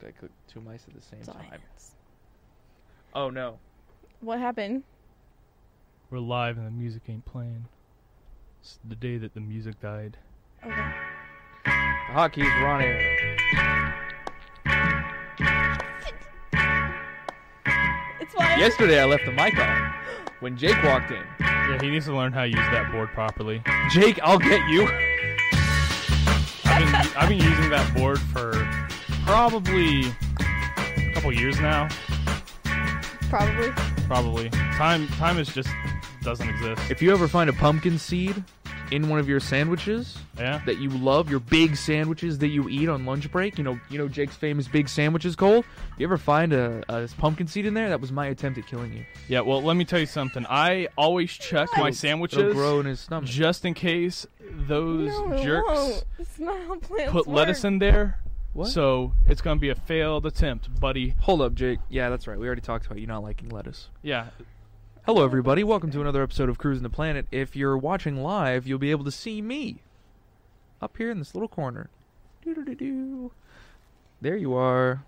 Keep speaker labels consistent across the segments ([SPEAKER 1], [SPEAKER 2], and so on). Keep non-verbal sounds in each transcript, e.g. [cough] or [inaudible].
[SPEAKER 1] Did I click two mice at the same time?
[SPEAKER 2] Science.
[SPEAKER 1] Oh no.
[SPEAKER 2] What happened?
[SPEAKER 3] We're live and the music ain't playing. It's the day that the music died.
[SPEAKER 2] Okay.
[SPEAKER 1] The hockey's running.
[SPEAKER 2] [laughs] It's fine.
[SPEAKER 1] Yesterday I left the mic on when Jake walked in.
[SPEAKER 3] Yeah, he needs to learn how to use that board properly.
[SPEAKER 1] Jake, I'll get you.
[SPEAKER 3] I've been, I've been using that board for probably a couple years now.
[SPEAKER 2] Probably.
[SPEAKER 3] Probably time time is just doesn't exist.
[SPEAKER 1] If you ever find a pumpkin seed in one of your sandwiches
[SPEAKER 3] Yeah,
[SPEAKER 1] that you love, your big sandwiches that you eat on lunch break, you know, you know Jake's famous big sandwiches, Cole. If you ever find a, a pumpkin seed in there, that was my attempt at killing you.
[SPEAKER 3] yeah. Well, let me tell you something. I always check
[SPEAKER 1] It'll-
[SPEAKER 3] my
[SPEAKER 1] It'll
[SPEAKER 3] sandwiches
[SPEAKER 1] grow in his stomach.
[SPEAKER 3] just in case those
[SPEAKER 2] no, it
[SPEAKER 3] jerks
[SPEAKER 2] won't. It's not how plants
[SPEAKER 3] put lettuce in there.
[SPEAKER 1] What?
[SPEAKER 3] So it's gonna be a failed attempt, buddy.
[SPEAKER 1] Hold up, Jake. Yeah, that's right. We already talked about you not liking lettuce.
[SPEAKER 3] Yeah,
[SPEAKER 1] Hello, everybody. Welcome to another episode of Cruising the Planet. If you're watching live, you'll be able to see me up here in this little corner. Doo-doo-doo-doo. There you are.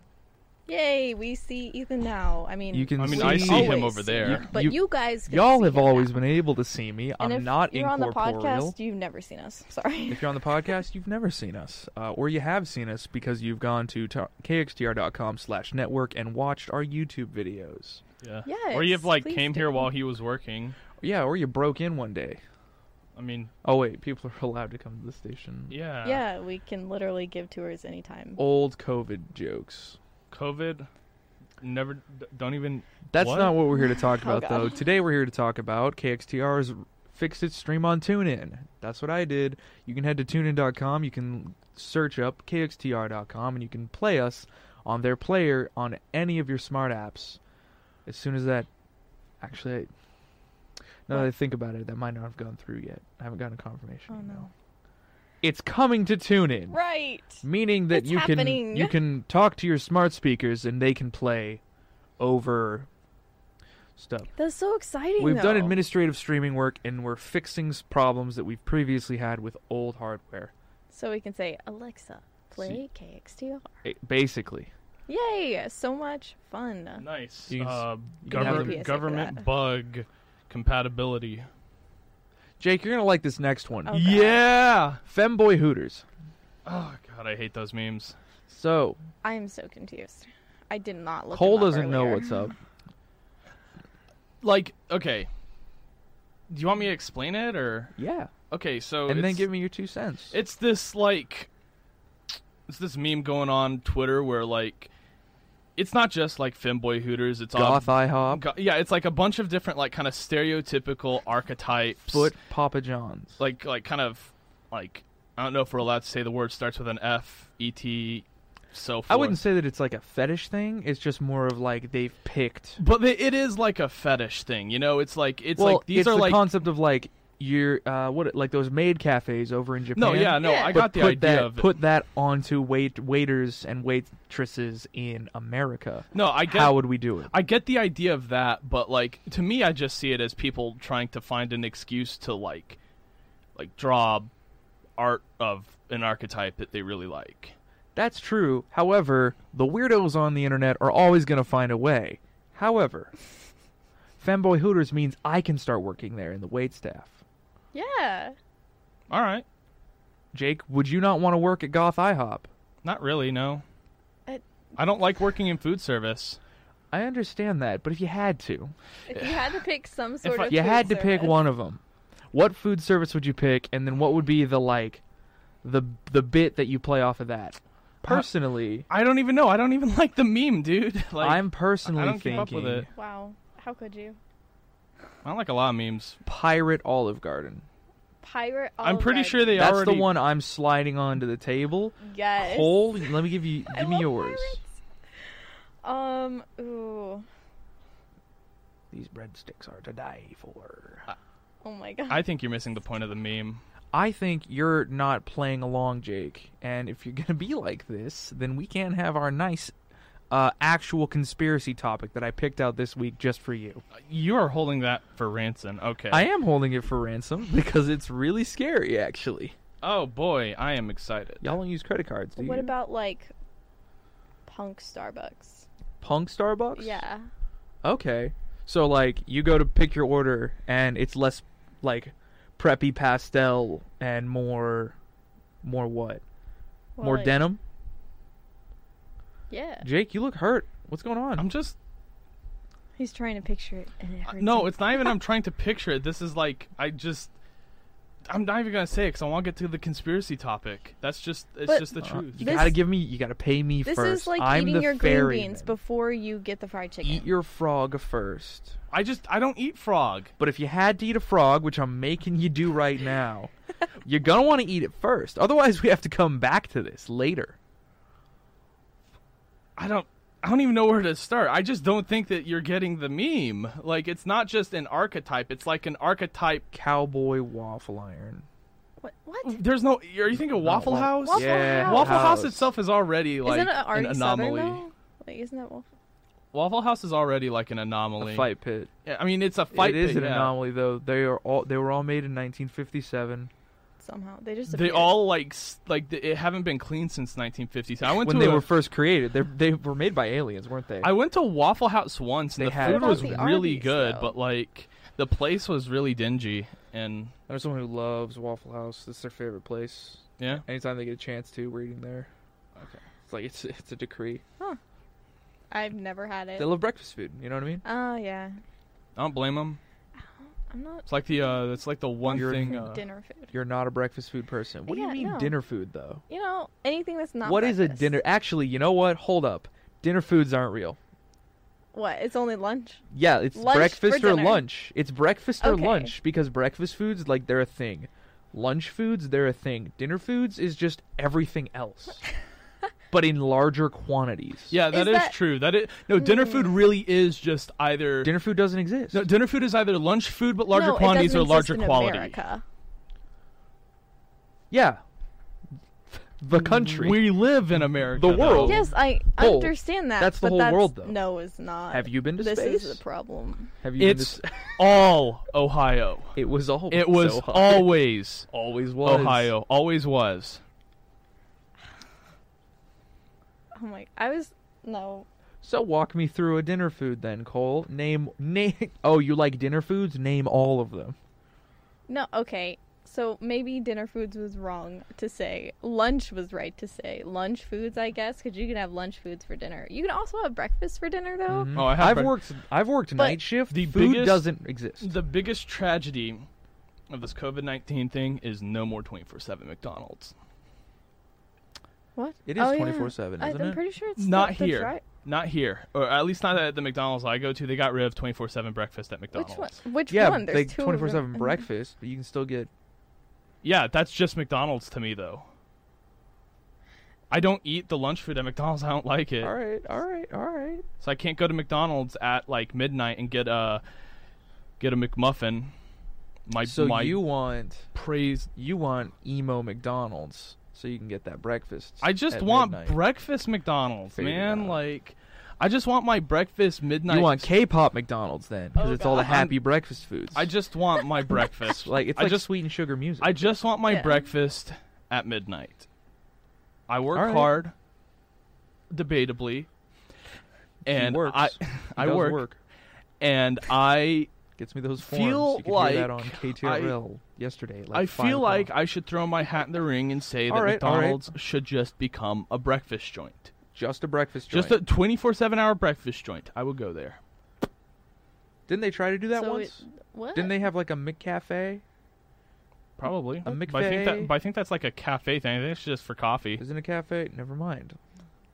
[SPEAKER 2] Yay, we see Ethan now. I mean,
[SPEAKER 1] You can
[SPEAKER 3] I mean,
[SPEAKER 1] see,
[SPEAKER 3] I see him
[SPEAKER 2] always
[SPEAKER 3] over
[SPEAKER 2] see
[SPEAKER 3] there.
[SPEAKER 2] him, But
[SPEAKER 1] You-
[SPEAKER 2] you, guys can
[SPEAKER 1] Y'all
[SPEAKER 2] see
[SPEAKER 1] have
[SPEAKER 2] him
[SPEAKER 1] always
[SPEAKER 2] now.
[SPEAKER 1] been able to see me.
[SPEAKER 2] And
[SPEAKER 1] I'm
[SPEAKER 2] if
[SPEAKER 1] not
[SPEAKER 2] you're on the
[SPEAKER 1] incorporeal.
[SPEAKER 2] podcast, you've never seen us. [laughs] Sorry.
[SPEAKER 1] if you're on the podcast, you've never seen us, uh, or you have seen us because you've gone to t- kxtr.com/network and watched our YouTube videos.
[SPEAKER 3] yeah.
[SPEAKER 2] Yes,
[SPEAKER 3] or you've like
[SPEAKER 2] please
[SPEAKER 3] came here
[SPEAKER 2] do.
[SPEAKER 3] while he was working.
[SPEAKER 1] Yeah, or you broke in one day.
[SPEAKER 3] I mean,
[SPEAKER 1] Oh wait, people are [laughs] allowed to come to the station.
[SPEAKER 2] [laughs]
[SPEAKER 3] yeah.
[SPEAKER 2] Yeah, we can literally give tours anytime.
[SPEAKER 1] Old COVID jokes.
[SPEAKER 3] COVID. Never. d- Don't even.
[SPEAKER 1] That's
[SPEAKER 3] What?
[SPEAKER 1] not what we're here to talk
[SPEAKER 2] [laughs] Oh,
[SPEAKER 1] about, though.
[SPEAKER 2] God.
[SPEAKER 1] Today we're here to talk about KXTR's fixed its stream on TuneIn. That's what I did. You can head to tunein.com. You can search up KXTR.com, and you can play us on their player on any of your smart apps. As soon as that, actually, I, now that I think about it, that might not have gone through yet. I haven't gotten a confirmation.
[SPEAKER 2] Oh,
[SPEAKER 1] email.
[SPEAKER 2] no.
[SPEAKER 1] It's coming to TuneIn
[SPEAKER 2] Right.
[SPEAKER 1] meaning that
[SPEAKER 2] It's
[SPEAKER 1] you can
[SPEAKER 2] happening.
[SPEAKER 1] you can talk to your smart speakers and they can play over stuff.
[SPEAKER 2] That's so exciting.
[SPEAKER 1] We've done
[SPEAKER 2] though.
[SPEAKER 1] administrative streaming work and we're fixing s- problems that we've previously had with old hardware.
[SPEAKER 2] So we can say, Alexa, play KXTR.
[SPEAKER 1] Eh, basically,
[SPEAKER 2] Yay! So much fun.
[SPEAKER 3] Nice.
[SPEAKER 1] You can s-
[SPEAKER 3] Uh,
[SPEAKER 1] you can have
[SPEAKER 3] gover-
[SPEAKER 1] them-
[SPEAKER 2] PSA for
[SPEAKER 3] government
[SPEAKER 2] that.
[SPEAKER 3] bug compatibility.
[SPEAKER 1] Jake, you're gonna like this next one.
[SPEAKER 2] Oh. God.
[SPEAKER 3] yeah.
[SPEAKER 1] Femboy Hooters.
[SPEAKER 3] Oh God, I hate those memes.
[SPEAKER 1] So
[SPEAKER 2] I am so confused. I did not look.
[SPEAKER 1] Cole
[SPEAKER 2] him up
[SPEAKER 1] doesn't know
[SPEAKER 2] earlier.
[SPEAKER 1] what's up.
[SPEAKER 3] Like, okay. Do you want me to explain it or?
[SPEAKER 1] Yeah,
[SPEAKER 3] Okay, so
[SPEAKER 1] and then
[SPEAKER 3] Oh, it's-
[SPEAKER 1] give me your two cents.
[SPEAKER 3] It's this like it's this meme going on Twitter where like it's not just like femboy hooters, it's
[SPEAKER 1] Goth
[SPEAKER 3] all
[SPEAKER 1] IHOP,
[SPEAKER 3] go- yeah, it's like a bunch of different like kind of stereotypical archetypes.
[SPEAKER 1] foot Papa John's.
[SPEAKER 3] like like kind of like I don't know if we're allowed to say the word starts with an F, E T so forth.
[SPEAKER 1] I wouldn't say that it's like a fetish thing. It's just more of like they've picked
[SPEAKER 3] but it it is like a fetish thing, you know. It's like it's
[SPEAKER 1] well,
[SPEAKER 3] like these
[SPEAKER 1] it's
[SPEAKER 3] are
[SPEAKER 1] the
[SPEAKER 3] like
[SPEAKER 1] concept of like your uh, what like those maid cafes over in Japan.
[SPEAKER 3] no, yeah, no.
[SPEAKER 2] Yeah.
[SPEAKER 3] I
[SPEAKER 1] But
[SPEAKER 3] got the
[SPEAKER 1] put
[SPEAKER 3] idea
[SPEAKER 1] that,
[SPEAKER 3] of it.
[SPEAKER 1] Put that onto wait waiters and waitresses in America.
[SPEAKER 3] no, I get
[SPEAKER 1] How would we do it?
[SPEAKER 3] I get the idea of that, but like to me, I just see it as people trying to find an excuse to like, like draw art of an archetype that they really like.
[SPEAKER 1] That's true. However, the weirdos on the internet are always going to find a way. However, fanboy hooters means I can start working there in the wait staff.
[SPEAKER 2] [laughs] Yeah.
[SPEAKER 3] All right,
[SPEAKER 1] Jake, would you not want to work at Goth IHOP?
[SPEAKER 3] not really. No,
[SPEAKER 2] I-
[SPEAKER 3] I don't like working in food service.
[SPEAKER 1] I understand that, but if you had to,
[SPEAKER 2] If you had to pick some sort [laughs]
[SPEAKER 3] I-
[SPEAKER 2] of.
[SPEAKER 1] you
[SPEAKER 2] food
[SPEAKER 1] had to pick
[SPEAKER 2] service-
[SPEAKER 1] one of them what food service would you pick and then what would be the like the the bit that you play off of that personally
[SPEAKER 3] I don't even know. I don't even [laughs] like the meme, dude. [laughs] Like
[SPEAKER 1] i'm personally
[SPEAKER 3] I don't keep
[SPEAKER 1] thinking
[SPEAKER 3] up with it.
[SPEAKER 2] Wow. How could you?
[SPEAKER 3] I don't like a lot of memes.
[SPEAKER 1] pirate olive garden
[SPEAKER 2] Pirate.
[SPEAKER 3] I'm
[SPEAKER 2] Olive
[SPEAKER 3] pretty
[SPEAKER 2] Garden.
[SPEAKER 3] sure they
[SPEAKER 1] that's
[SPEAKER 3] already.
[SPEAKER 1] the one i'm sliding onto the table
[SPEAKER 2] Yes.
[SPEAKER 1] Cole, let me give you
[SPEAKER 2] [laughs] I
[SPEAKER 1] give me
[SPEAKER 2] love
[SPEAKER 1] yours
[SPEAKER 2] pirates. Um. Ooh.
[SPEAKER 1] these breadsticks are to die for
[SPEAKER 2] Oh my god.
[SPEAKER 3] I think you're missing the point of the meme.
[SPEAKER 1] i think you're not playing along jake and if you're gonna be like this then we can't have our nice uh, actual conspiracy topic that i picked out this week just for you
[SPEAKER 3] You are holding that for ransom. Okay.
[SPEAKER 1] I am holding it for ransom [laughs] because it's really scary, actually.
[SPEAKER 3] oh boy, I am excited.
[SPEAKER 1] Y'all don't use credit cards, do you?
[SPEAKER 2] what about like punk Starbucks.
[SPEAKER 1] Punk Starbucks?
[SPEAKER 2] Yeah.
[SPEAKER 1] Okay. So like you go to pick your order and it's less like preppy pastel and more more what?
[SPEAKER 2] Well,
[SPEAKER 1] more
[SPEAKER 2] like-
[SPEAKER 1] denim?
[SPEAKER 2] Yeah.
[SPEAKER 1] Jake, you look hurt. What's going on?
[SPEAKER 3] I'm just
[SPEAKER 2] He's trying to picture it. And it
[SPEAKER 3] Uh,
[SPEAKER 2] hurts
[SPEAKER 3] No,
[SPEAKER 2] him.
[SPEAKER 3] it's not even I'm trying to picture it. This is like I just I'm not even gonna say it because I want to get to the conspiracy topic. That's just it's
[SPEAKER 2] But-
[SPEAKER 3] just the
[SPEAKER 1] Uh,
[SPEAKER 3] truth.
[SPEAKER 1] You
[SPEAKER 2] This-
[SPEAKER 1] gotta give me. You gotta pay me
[SPEAKER 2] This
[SPEAKER 1] first.
[SPEAKER 2] is like
[SPEAKER 1] I'm
[SPEAKER 2] eating
[SPEAKER 1] the
[SPEAKER 2] your green
[SPEAKER 1] ferryman.
[SPEAKER 2] beans before you get the fried chicken.
[SPEAKER 1] Eat your frog first.
[SPEAKER 3] I just I don't eat frog.
[SPEAKER 1] But if you had to eat a frog, which I'm making you do right
[SPEAKER 2] [laughs]
[SPEAKER 1] now, you're gonna want to eat it first. Otherwise, we have to come back to this later.
[SPEAKER 3] I don't I don't even know where to start. I just don't think that you're getting the meme. Like it's not just an archetype. It's like an archetype.
[SPEAKER 1] Cowboy waffle iron.
[SPEAKER 2] what?
[SPEAKER 1] [laughs]
[SPEAKER 2] What?
[SPEAKER 3] There's no. Are you thinking
[SPEAKER 1] No,
[SPEAKER 3] Waffle
[SPEAKER 1] wa-
[SPEAKER 3] House?
[SPEAKER 2] Waffle
[SPEAKER 1] yeah,
[SPEAKER 2] House.
[SPEAKER 3] Waffle House itself is already like
[SPEAKER 2] isn't it
[SPEAKER 3] an
[SPEAKER 2] already
[SPEAKER 3] anomaly.
[SPEAKER 2] southern though? Like, isn't that waffle?
[SPEAKER 3] Waffle House is already like an
[SPEAKER 1] A
[SPEAKER 3] anomaly.
[SPEAKER 1] fight pit.
[SPEAKER 3] Yeah, I mean, it's a fight.
[SPEAKER 1] it is
[SPEAKER 3] pit,
[SPEAKER 1] an
[SPEAKER 3] yeah.
[SPEAKER 1] anomaly though. They are all they were all made in 1957
[SPEAKER 2] Somehow they just
[SPEAKER 3] They
[SPEAKER 2] appeared.
[SPEAKER 3] all like s- like th- it haven't been clean since 1950s. I went
[SPEAKER 1] when
[SPEAKER 3] to
[SPEAKER 1] they
[SPEAKER 3] a-
[SPEAKER 1] were first created. They they were made by aliens, weren't they?
[SPEAKER 3] I went to Waffle House once, and
[SPEAKER 1] They
[SPEAKER 3] the
[SPEAKER 1] had-
[SPEAKER 3] food
[SPEAKER 1] What
[SPEAKER 3] was
[SPEAKER 2] about the
[SPEAKER 3] really
[SPEAKER 2] Arby's,
[SPEAKER 3] good,
[SPEAKER 2] though?
[SPEAKER 3] but like the place was really dingy. And
[SPEAKER 1] I know someone who loves Waffle House. It's their favorite place.
[SPEAKER 3] yeah,
[SPEAKER 1] Anytime they get a chance to, we're eating there. Okay. It's like it's it's a decree.
[SPEAKER 2] I've never had it.
[SPEAKER 1] They love breakfast food. You know what I mean?
[SPEAKER 2] oh yeah.
[SPEAKER 3] I don't blame them.
[SPEAKER 2] I'm not
[SPEAKER 3] It's like the uh, it's like the one
[SPEAKER 1] You're-
[SPEAKER 3] thing. Uh,
[SPEAKER 2] dinner food.
[SPEAKER 1] You're not a breakfast food person. What
[SPEAKER 2] Yeah,
[SPEAKER 1] do you mean
[SPEAKER 2] no.
[SPEAKER 1] dinner food though?
[SPEAKER 2] You know anything that's not.
[SPEAKER 1] What is a
[SPEAKER 2] breakfast.
[SPEAKER 1] dinner? Actually, you know what? Hold up. Dinner foods aren't real.
[SPEAKER 2] What? It's only lunch.
[SPEAKER 1] Yeah, it's
[SPEAKER 2] Lunch
[SPEAKER 1] breakfast
[SPEAKER 2] for
[SPEAKER 1] or
[SPEAKER 2] dinner.
[SPEAKER 1] lunch. It's breakfast or
[SPEAKER 2] Okay.
[SPEAKER 1] lunch because breakfast foods like they're a thing. Lunch foods they're a thing. Dinner foods is just everything
[SPEAKER 2] [laughs]
[SPEAKER 1] else. but in larger quantities.
[SPEAKER 3] yeah, that is,
[SPEAKER 2] Is that-
[SPEAKER 3] true. That it no dinner food really is just either
[SPEAKER 1] Dinner food doesn't exist.
[SPEAKER 3] no dinner food is either lunch food but larger
[SPEAKER 2] No, it
[SPEAKER 3] quantities
[SPEAKER 2] doesn't
[SPEAKER 3] or
[SPEAKER 2] exist
[SPEAKER 3] larger
[SPEAKER 2] in
[SPEAKER 3] quality.
[SPEAKER 2] America.
[SPEAKER 1] Yeah. The country.
[SPEAKER 3] We live in America.
[SPEAKER 1] The
[SPEAKER 3] though.
[SPEAKER 1] world.
[SPEAKER 2] Yes, I
[SPEAKER 1] Whole.
[SPEAKER 2] understand that.
[SPEAKER 1] Oh, That's the
[SPEAKER 2] but
[SPEAKER 1] whole
[SPEAKER 2] that's,
[SPEAKER 1] world, though.
[SPEAKER 2] No, it's not.
[SPEAKER 1] Have you been to
[SPEAKER 2] this
[SPEAKER 1] space?
[SPEAKER 2] is the problem.
[SPEAKER 1] Have you
[SPEAKER 3] It's [laughs]
[SPEAKER 1] been to...
[SPEAKER 3] all Ohio.
[SPEAKER 1] It was always
[SPEAKER 3] It was
[SPEAKER 1] Ohio.
[SPEAKER 3] always
[SPEAKER 1] [laughs] always was
[SPEAKER 3] Ohio. Always was.
[SPEAKER 2] Oh my! I was no.
[SPEAKER 1] So walk me through a dinner food then, Cole. Name name [laughs] Oh, you like dinner foods? Name all of them.
[SPEAKER 2] No, okay. So maybe dinner foods was wrong to say. Lunch was right to say. Lunch foods, I guess, because you can have lunch foods for dinner. You can also have breakfast for dinner, though.
[SPEAKER 1] Mhm.
[SPEAKER 3] Oh, I have
[SPEAKER 1] I've
[SPEAKER 3] been-
[SPEAKER 1] worked I've worked
[SPEAKER 2] But-
[SPEAKER 1] night shift.
[SPEAKER 3] The
[SPEAKER 1] Food
[SPEAKER 3] biggest-
[SPEAKER 1] doesn't exist.
[SPEAKER 3] The biggest tragedy of this COVID 19 thing is no more 24 7 McDonald's.
[SPEAKER 2] What?
[SPEAKER 1] It is
[SPEAKER 2] Oh, yeah.
[SPEAKER 1] 24/7,
[SPEAKER 2] I-
[SPEAKER 1] isn't
[SPEAKER 2] I'm
[SPEAKER 1] it?
[SPEAKER 2] pretty sure it's
[SPEAKER 3] Not
[SPEAKER 2] the- the
[SPEAKER 3] here.
[SPEAKER 2] fri-
[SPEAKER 3] Not here, or at least not at the McDonald's I go to. They got rid of 24 7 breakfast at McDonald's.
[SPEAKER 2] Which one? Which
[SPEAKER 1] yeah,
[SPEAKER 2] one? There's
[SPEAKER 1] like
[SPEAKER 2] two.
[SPEAKER 1] 24/7
[SPEAKER 2] of them.
[SPEAKER 1] breakfast, but you can still get
[SPEAKER 3] Yeah, that's just McDonald's to me, though. I don't eat the lunch food at McDonald's. [laughs] I don't like it.
[SPEAKER 1] All right, all right, all right.
[SPEAKER 3] So I can't go to McDonald's at like midnight and get a get a McMuffin. My
[SPEAKER 1] So
[SPEAKER 3] my
[SPEAKER 1] you want
[SPEAKER 3] praise.
[SPEAKER 1] you want emo McDonald's so you can get that breakfast.
[SPEAKER 3] I just
[SPEAKER 1] at
[SPEAKER 3] want
[SPEAKER 1] midnight.
[SPEAKER 3] breakfast McDonald's,
[SPEAKER 1] Figure it
[SPEAKER 3] man.
[SPEAKER 1] out.
[SPEAKER 3] Like, I just want my breakfast midnight.
[SPEAKER 1] You want K-pop McDonald's then because
[SPEAKER 2] Oh,
[SPEAKER 1] it's all the
[SPEAKER 3] God.
[SPEAKER 1] happy breakfast foods.
[SPEAKER 3] I just
[SPEAKER 1] [laughs]
[SPEAKER 3] want my breakfast.
[SPEAKER 1] like it's
[SPEAKER 3] I
[SPEAKER 1] like
[SPEAKER 3] just
[SPEAKER 1] sweet and sugar music.
[SPEAKER 3] I just want my
[SPEAKER 2] Yeah.
[SPEAKER 3] breakfast at midnight. I work
[SPEAKER 1] All right.
[SPEAKER 3] hard, debatably, and
[SPEAKER 1] works.
[SPEAKER 3] [laughs] I I
[SPEAKER 1] does
[SPEAKER 3] work, and I
[SPEAKER 1] Gets me those forms.
[SPEAKER 3] Feel
[SPEAKER 1] you can hear that on
[SPEAKER 3] like
[SPEAKER 1] KTRL yesterday. at, Like
[SPEAKER 3] I
[SPEAKER 1] five
[SPEAKER 3] feel like
[SPEAKER 1] o'clock.
[SPEAKER 3] I should throw my hat in the ring and say that
[SPEAKER 1] All right, all right.
[SPEAKER 3] McDonald's should just become a breakfast joint.
[SPEAKER 1] just a breakfast joint.
[SPEAKER 3] Just a 24/7 hour breakfast joint. I would go there.
[SPEAKER 1] Didn't they try to do that
[SPEAKER 2] So
[SPEAKER 1] once?
[SPEAKER 2] it- what?
[SPEAKER 1] Didn't they have like a McCafe?
[SPEAKER 3] Probably.
[SPEAKER 1] A
[SPEAKER 3] But I think
[SPEAKER 1] McFay.
[SPEAKER 3] that but I think that's like a cafe thing. I think it's just for coffee.
[SPEAKER 1] Isn't a cafe? Never mind.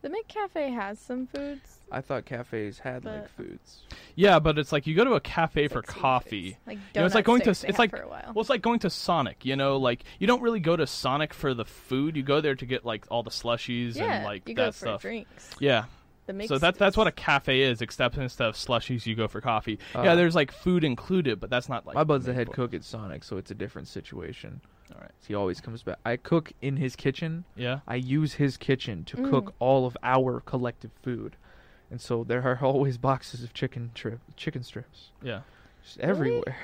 [SPEAKER 2] The McCafe has some foods.
[SPEAKER 1] I thought cafes had like
[SPEAKER 2] But-
[SPEAKER 1] foods.
[SPEAKER 3] Yeah, but it's like you go to a cafe for
[SPEAKER 2] Like sweet
[SPEAKER 3] coffee.
[SPEAKER 2] foods. Like donuts.
[SPEAKER 3] You know, it's like going to
[SPEAKER 2] they
[SPEAKER 3] it's
[SPEAKER 2] have
[SPEAKER 3] like
[SPEAKER 2] for a while.
[SPEAKER 3] well, it's like going to Sonic. You know, like you don't really go to Sonic for the food. You go there to get like all the slushies
[SPEAKER 2] yeah,
[SPEAKER 3] and like
[SPEAKER 2] you
[SPEAKER 3] that
[SPEAKER 2] go for
[SPEAKER 3] stuff.
[SPEAKER 2] drinks.
[SPEAKER 3] Yeah,
[SPEAKER 2] The
[SPEAKER 3] so
[SPEAKER 2] mixes.
[SPEAKER 3] that's that's what a cafe is, except instead of slushies, you go for coffee. yeah,
[SPEAKER 1] Uh,
[SPEAKER 3] there's like food included, but that's not like
[SPEAKER 1] My bud's the
[SPEAKER 3] the main
[SPEAKER 1] head
[SPEAKER 3] point.
[SPEAKER 1] cook at Sonic, so it's a different situation.
[SPEAKER 3] All right.
[SPEAKER 1] He always comes back. I cook in his kitchen.
[SPEAKER 3] Yeah,
[SPEAKER 1] I use his kitchen to
[SPEAKER 2] Mm.
[SPEAKER 1] cook all of our collective food, and [laughs] so there are always boxes of chicken trip, chicken strips
[SPEAKER 3] yeah.
[SPEAKER 1] just everywhere.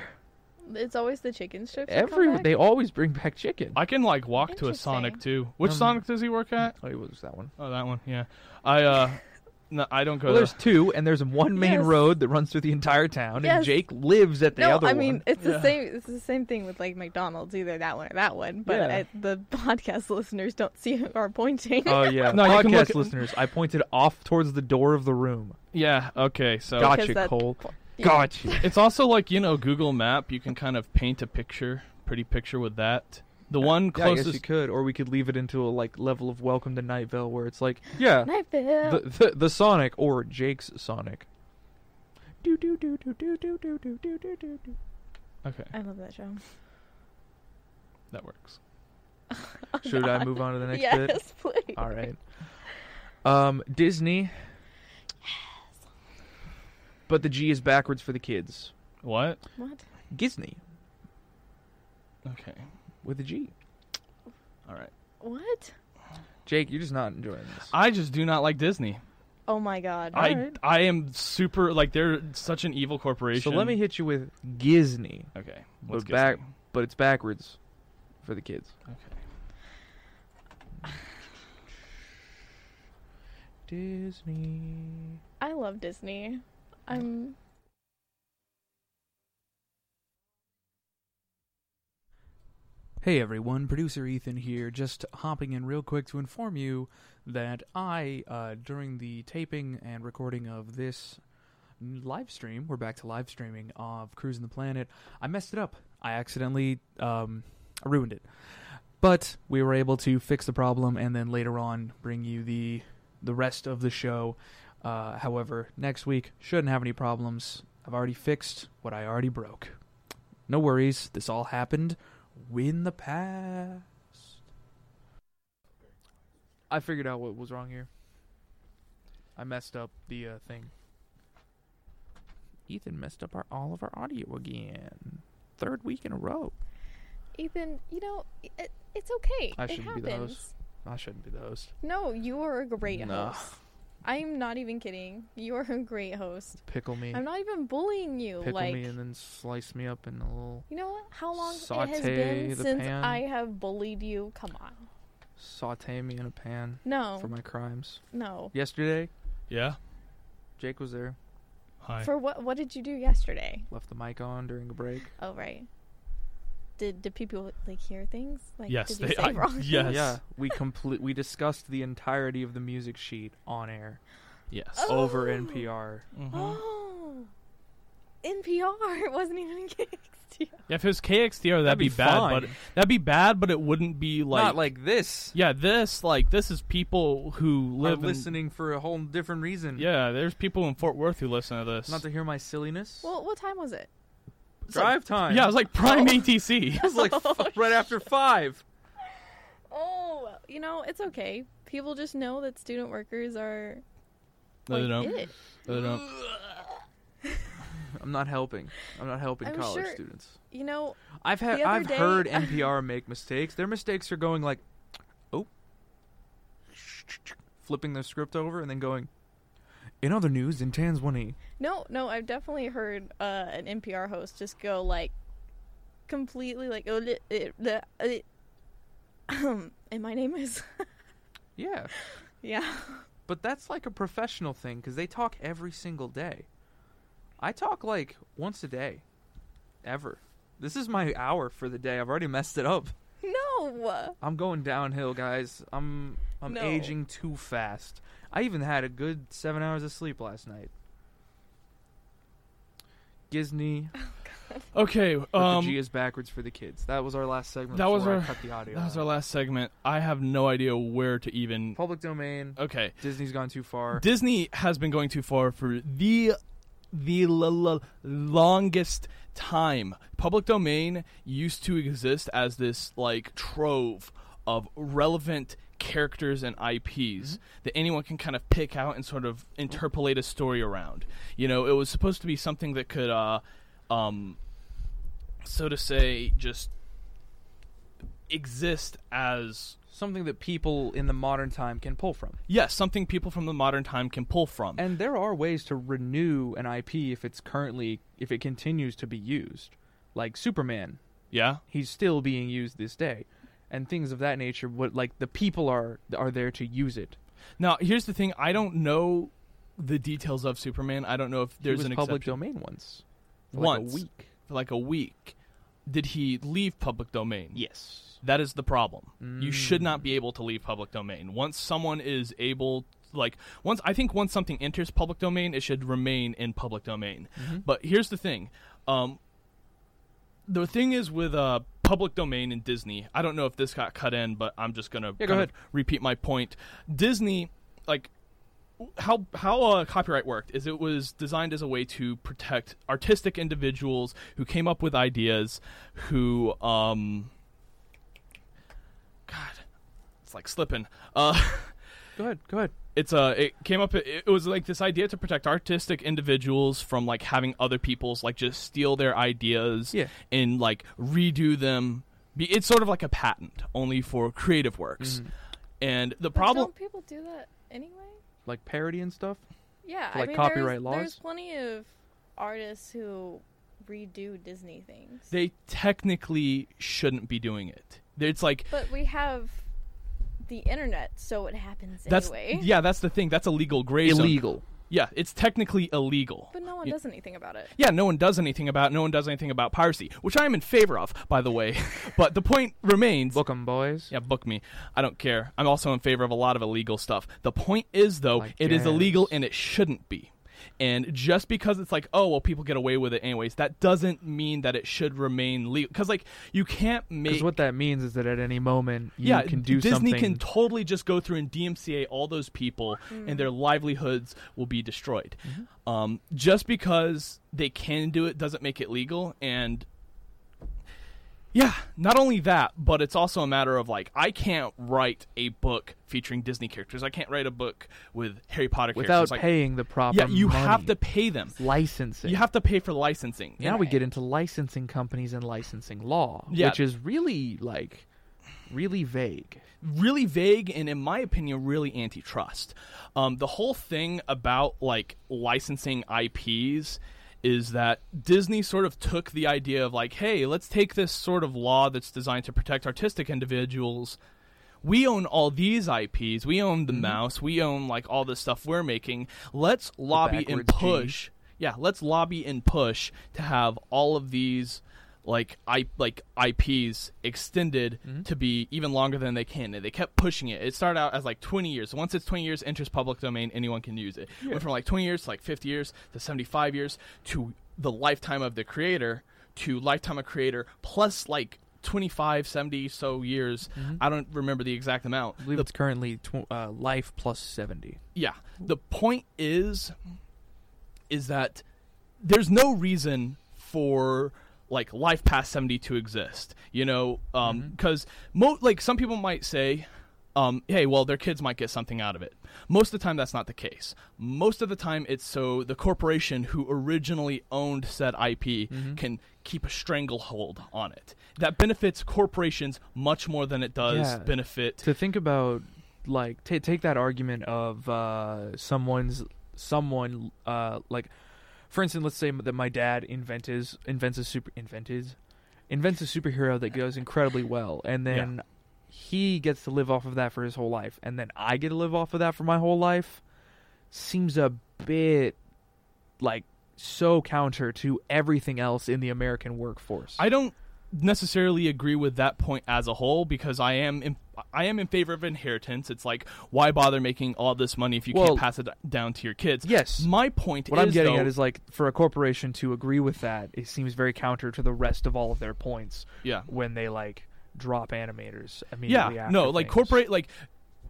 [SPEAKER 2] It's always the chicken strips. that come
[SPEAKER 1] Every
[SPEAKER 2] back?
[SPEAKER 1] they always bring back chicken.
[SPEAKER 3] I can like walk to a Sonic too. Which
[SPEAKER 1] Um,
[SPEAKER 3] Sonic does he work at?
[SPEAKER 1] Oh, it was that one.
[SPEAKER 3] Oh, that one. Yeah. I uh, no, I don't go
[SPEAKER 1] Well,
[SPEAKER 3] there.
[SPEAKER 1] there's two, and there's one main
[SPEAKER 2] Yes.
[SPEAKER 1] road that runs through the entire town, and
[SPEAKER 2] Yes.
[SPEAKER 1] Jake lives at the
[SPEAKER 2] no,
[SPEAKER 1] other
[SPEAKER 2] I mean
[SPEAKER 1] one.
[SPEAKER 2] it's
[SPEAKER 3] Yeah.
[SPEAKER 2] the same. It's the same thing with like McDonald's, either that one or that one. But
[SPEAKER 1] Yeah.
[SPEAKER 2] I, the podcast [laughs] listeners don't see our pointing.
[SPEAKER 1] [laughs]
[SPEAKER 2] [laughs]
[SPEAKER 1] Oh yeah,
[SPEAKER 3] No, you can look
[SPEAKER 1] podcast
[SPEAKER 3] at-
[SPEAKER 1] listeners, I pointed off towards the door of the room.
[SPEAKER 3] Yeah. Okay. So
[SPEAKER 1] Gotcha,
[SPEAKER 2] Because that-
[SPEAKER 1] Cole. [laughs]
[SPEAKER 2] Yeah.
[SPEAKER 1] Gotcha.
[SPEAKER 3] it's also like you know Google Map. You can kind of paint a picture, pretty picture with that. The one
[SPEAKER 1] Yeah, I guess
[SPEAKER 3] closest.
[SPEAKER 1] you could, or we could leave it into a like level of Welcome to Night Vale, where it's like, yeah,
[SPEAKER 2] Night Vale.
[SPEAKER 1] the, the the Sonic or Jake's Sonic. Do do do do do do do do do do do. do.
[SPEAKER 3] Okay,
[SPEAKER 2] I love that show.
[SPEAKER 3] that works.
[SPEAKER 1] Should I move on to the next
[SPEAKER 2] yes,
[SPEAKER 1] [laughs] bit?
[SPEAKER 2] [laughs] please.
[SPEAKER 1] All right. Um, Disney. Yes. But the G is backwards for the kids.
[SPEAKER 3] What?
[SPEAKER 2] What?
[SPEAKER 1] Disney
[SPEAKER 3] Okay.
[SPEAKER 1] with a G.
[SPEAKER 3] All right.
[SPEAKER 2] What?
[SPEAKER 1] Jake, you're just not enjoying this.
[SPEAKER 3] I just do not like Disney.
[SPEAKER 2] Oh my God.
[SPEAKER 3] I
[SPEAKER 1] Alright.
[SPEAKER 3] I am super like they're such an evil corporation.
[SPEAKER 1] so let me hit you with Disney,
[SPEAKER 3] Okay.
[SPEAKER 1] but
[SPEAKER 3] What's
[SPEAKER 1] back,
[SPEAKER 3] Disney?
[SPEAKER 1] but it's backwards for the kids.
[SPEAKER 3] Okay.
[SPEAKER 1] Disney.
[SPEAKER 2] I love Disney. I'm.
[SPEAKER 4] Hey everyone, producer Ethan here, just hopping in real quick to inform you that I, uh, during the taping and recording of this n- live stream, we're back to live streaming of Cruising the Planet, I messed it up. I accidentally um, ruined it. But we were able to fix the problem and then later on bring you the the rest of the show. Uh, however, next week shouldn't have any problems. I've already fixed what I already broke. No worries, this all happened win the past.
[SPEAKER 1] I figured out what was wrong here. I messed up the uh, thing. Ethan messed up our all of our audio again. Third week in a row.
[SPEAKER 2] Ethan, you know, it, it's okay.
[SPEAKER 1] I
[SPEAKER 2] it
[SPEAKER 1] shouldn't be
[SPEAKER 2] happens.
[SPEAKER 1] the host. I shouldn't be the host.
[SPEAKER 2] No, you are a great
[SPEAKER 1] Nah.
[SPEAKER 2] host. I'm not even kidding. You are a great host.
[SPEAKER 1] Pickle me,
[SPEAKER 2] I'm not even bullying you.
[SPEAKER 1] pickle
[SPEAKER 2] like,
[SPEAKER 1] me, and then slice me up in a little
[SPEAKER 2] you know what? How long it has
[SPEAKER 1] Saute
[SPEAKER 2] been
[SPEAKER 1] the
[SPEAKER 2] since
[SPEAKER 1] pan.
[SPEAKER 2] I have bullied you? Come on.
[SPEAKER 1] saute me in a pan
[SPEAKER 2] No,
[SPEAKER 1] for my crimes.
[SPEAKER 2] no.
[SPEAKER 1] Yesterday,
[SPEAKER 3] Yeah.
[SPEAKER 1] Jake was there.
[SPEAKER 3] Hi.
[SPEAKER 2] For what? What did you do yesterday?
[SPEAKER 1] Left the mic on during a break.
[SPEAKER 2] Oh right. Did did people like hear things? Like
[SPEAKER 3] Yes,
[SPEAKER 2] did you
[SPEAKER 3] they-
[SPEAKER 2] say
[SPEAKER 3] I-
[SPEAKER 1] [laughs]
[SPEAKER 2] wrong? [laughs]
[SPEAKER 3] yes.
[SPEAKER 1] Yeah, we complete. we discussed the entirety of the music sheet on air
[SPEAKER 3] yes.
[SPEAKER 2] Oh.
[SPEAKER 1] over
[SPEAKER 2] Oh.
[SPEAKER 1] NPR.
[SPEAKER 3] Mhm.
[SPEAKER 2] Oh. NPR. [laughs] It wasn't even KXTO.
[SPEAKER 3] Yeah, if it was KXDR, that'd,
[SPEAKER 1] That'd
[SPEAKER 3] be,
[SPEAKER 1] be
[SPEAKER 3] bad.
[SPEAKER 1] fine.
[SPEAKER 3] But that'd be bad, but it wouldn't be like.
[SPEAKER 1] Not like this.
[SPEAKER 3] yeah, this like this is people who
[SPEAKER 1] are
[SPEAKER 3] live in-
[SPEAKER 1] listening for a whole different reason.
[SPEAKER 3] Yeah, there's people in Fort Worth who listen to this.
[SPEAKER 1] Not to hear my silliness.
[SPEAKER 2] Well, what time was it?
[SPEAKER 3] It's like-
[SPEAKER 1] Drive time.
[SPEAKER 3] yeah, it was like prime ATC.
[SPEAKER 1] it was Oh. [laughs]
[SPEAKER 2] [laughs]
[SPEAKER 1] like f- right after five.
[SPEAKER 2] Oh, you know, it's okay. People just know that student workers are
[SPEAKER 3] no, they
[SPEAKER 2] like
[SPEAKER 3] don't.
[SPEAKER 2] it.
[SPEAKER 3] No, they don't.
[SPEAKER 1] I'm not helping. I'm not helping
[SPEAKER 2] I'm
[SPEAKER 1] college
[SPEAKER 2] sure-
[SPEAKER 1] students.
[SPEAKER 2] You know,
[SPEAKER 1] I've had.
[SPEAKER 2] The other
[SPEAKER 1] I've
[SPEAKER 2] day- [laughs]
[SPEAKER 1] heard NPR make mistakes. Their mistakes are going like, oh, flipping their script over and then going. In other news, in Tans one E.
[SPEAKER 2] no, no, I've definitely heard uh, an NPR host just go like completely like oh, li- it- the it- um, and my name is [laughs]
[SPEAKER 1] Yeah,
[SPEAKER 2] yeah.
[SPEAKER 1] but that's like a professional thing because they talk every single day. I talk like once a day, ever. This is my hour for the day. I've already messed it up.
[SPEAKER 2] No.
[SPEAKER 1] I'm going downhill, guys. I'm I'm
[SPEAKER 2] No.
[SPEAKER 1] aging too fast. I even had a good seven hours of sleep last night. Disney,
[SPEAKER 3] Okay,
[SPEAKER 1] but
[SPEAKER 3] um,
[SPEAKER 1] the G is backwards for the kids. That was our last segment.
[SPEAKER 3] that was
[SPEAKER 1] before I
[SPEAKER 3] our-
[SPEAKER 1] cut the audio.
[SPEAKER 3] that was
[SPEAKER 1] out.
[SPEAKER 3] our last segment. I have no idea where to even.
[SPEAKER 1] public domain.
[SPEAKER 3] Okay,
[SPEAKER 1] Disney's gone too far.
[SPEAKER 3] Disney has been going too far for the the l- l- longest time. Public domain used to exist as this like trove of relevant characters and IPs that anyone can kind of pick out and sort of interpolate a story around. You know, it was supposed to be something that could uh um so to say just exist as
[SPEAKER 1] Something that people in the modern time can pull from.
[SPEAKER 3] yes, something people from the modern time can pull from.
[SPEAKER 1] And there are ways to renew an IP if it's currently if it continues to be used. like Superman.
[SPEAKER 3] Yeah.
[SPEAKER 1] He's still being used this day, and things of that nature. What like the people are are there to use it.
[SPEAKER 3] Now, here's the thing. I don't know the details of Superman. I don't know if
[SPEAKER 1] He
[SPEAKER 3] there's
[SPEAKER 1] was
[SPEAKER 3] an
[SPEAKER 1] public
[SPEAKER 3] exception.
[SPEAKER 1] domain once. For like
[SPEAKER 3] Once.
[SPEAKER 1] a week.
[SPEAKER 3] For like a week. Did he leave public domain?
[SPEAKER 1] Yes.
[SPEAKER 3] That is the problem. You should
[SPEAKER 1] Mm.
[SPEAKER 3] not be able to leave public domain. Once someone is able like once I think once something enters public domain, it should remain in public domain.
[SPEAKER 1] Mhm.
[SPEAKER 3] But here's the thing. Um, the thing is with uh, public domain and Disney, I don't know if this got cut in, but I'm just going to
[SPEAKER 1] Yeah, go ahead.
[SPEAKER 3] repeat my point. Disney, like, w- how how uh, copyright worked is it was designed as a way to protect artistic individuals who came up with ideas who um god it's like slipping uh [laughs]
[SPEAKER 1] Go ahead. Go ahead.
[SPEAKER 3] it's uh it came up it, it was like this idea to protect artistic individuals from like having other people's like just steal their ideas
[SPEAKER 1] Yeah.
[SPEAKER 3] and like redo them Be, it's sort of like a patent only for creative works
[SPEAKER 1] Mhm.
[SPEAKER 3] and the problem
[SPEAKER 2] Don't people do that anyway?
[SPEAKER 1] Like parody and stuff.
[SPEAKER 2] Yeah,
[SPEAKER 1] For,
[SPEAKER 2] I
[SPEAKER 1] like,
[SPEAKER 2] mean,
[SPEAKER 1] copyright
[SPEAKER 2] there's,
[SPEAKER 1] laws?
[SPEAKER 2] There's plenty of artists who redo Disney things.
[SPEAKER 3] they technically shouldn't be doing it it's like
[SPEAKER 2] but we have the internet, so it happens
[SPEAKER 3] that's
[SPEAKER 2] anyway.
[SPEAKER 3] yeah that's the thing that's a legal gray zone.
[SPEAKER 1] Illegal.
[SPEAKER 3] yeah it's technically illegal
[SPEAKER 2] But no one
[SPEAKER 3] Yeah.
[SPEAKER 2] does anything about it.
[SPEAKER 3] yeah, no one does anything about no one does anything about piracy, which I am in favor of, by the way. [laughs] but the point remains
[SPEAKER 1] Book 'em, boys.
[SPEAKER 3] Yeah, book me. I don't care. I'm also in favor of a lot of illegal stuff. The point is, though,
[SPEAKER 1] I
[SPEAKER 3] it is
[SPEAKER 1] guess.
[SPEAKER 3] illegal and it shouldn't be. And just because it's like, oh, well, people get away with it anyways, that doesn't mean that it should remain legal. Because, like, you can't make.
[SPEAKER 1] Because what that means is that at any moment you
[SPEAKER 3] yeah,
[SPEAKER 1] can do
[SPEAKER 3] Disney
[SPEAKER 1] something.
[SPEAKER 3] can totally just go through and DMCA all those people, and their livelihoods will be destroyed.
[SPEAKER 1] Mm-hmm.
[SPEAKER 3] Um, just because they can do it doesn't make it legal. And yeah, not only that, but it's also a matter of like I can't write a book featuring Disney characters. I can't write a book with Harry Potter
[SPEAKER 1] without
[SPEAKER 3] characters. Like,
[SPEAKER 1] paying the proper.
[SPEAKER 3] yeah, you have
[SPEAKER 1] money.
[SPEAKER 3] to pay them.
[SPEAKER 1] licensing.
[SPEAKER 3] You have to pay for licensing.
[SPEAKER 1] now we get into licensing companies and licensing law,
[SPEAKER 3] Yeah.
[SPEAKER 1] which is really like really vague.
[SPEAKER 3] really vague and in my opinion really antitrust um, the whole thing about like licensing ips is that disney sort of took the idea of like hey let's take this sort of law that's designed to protect artistic individuals we own all these ips we own the
[SPEAKER 1] Mm-hmm.
[SPEAKER 3] mouse we own like all this stuff we're making let's lobby and
[SPEAKER 1] backwards G.
[SPEAKER 3] push yeah let's lobby and push to have all of these like I like IPs extended to be even longer than they can. And they kept pushing it. It started out as like 20 years. Once it's 20 years, enters public domain, anyone can use it. Went from like 20 years to like 50 years to 75 years to the lifetime of the creator to lifetime of creator plus like 25, 70 so years. I don't remember the exact amount.
[SPEAKER 1] I believe
[SPEAKER 3] The-
[SPEAKER 1] it's currently tw- uh, life plus seventy.
[SPEAKER 3] yeah. The point is is that there's no reason for like life past 70 to exist. You know, um cuz mo- like some people might say um, hey, well, their kids might get something out of it. Most of the time, that's not the case. Most of the time, it's so the corporation who originally owned said IP can keep a stranglehold on it. That benefits corporations much more than it does
[SPEAKER 1] Yeah.
[SPEAKER 3] benefit
[SPEAKER 1] To think about, like, ta take that argument of uh, someone's someone uh, like, for instance, let's say that my dad invents invents a super invented invents a superhero that goes incredibly well, and then he gets to live off of that for his whole life, and then I get to live off of that for my whole life. Seems a bit like so counter to everything else in the American workforce.
[SPEAKER 3] I don't necessarily agree with that point as a whole because I am in, I am in favor of inheritance. It's like why bother making all this money if you
[SPEAKER 1] Well-
[SPEAKER 3] can't pass it down to your kids?
[SPEAKER 1] Yes.
[SPEAKER 3] My point
[SPEAKER 1] What
[SPEAKER 3] is
[SPEAKER 1] I'm getting
[SPEAKER 3] though,
[SPEAKER 1] at is like for a corporation to agree with that, it seems very counter to the rest of all of their points
[SPEAKER 3] yeah.
[SPEAKER 1] when they like drop animators
[SPEAKER 3] Yeah.
[SPEAKER 1] immediately after.
[SPEAKER 3] No, like
[SPEAKER 1] things.
[SPEAKER 3] corporate like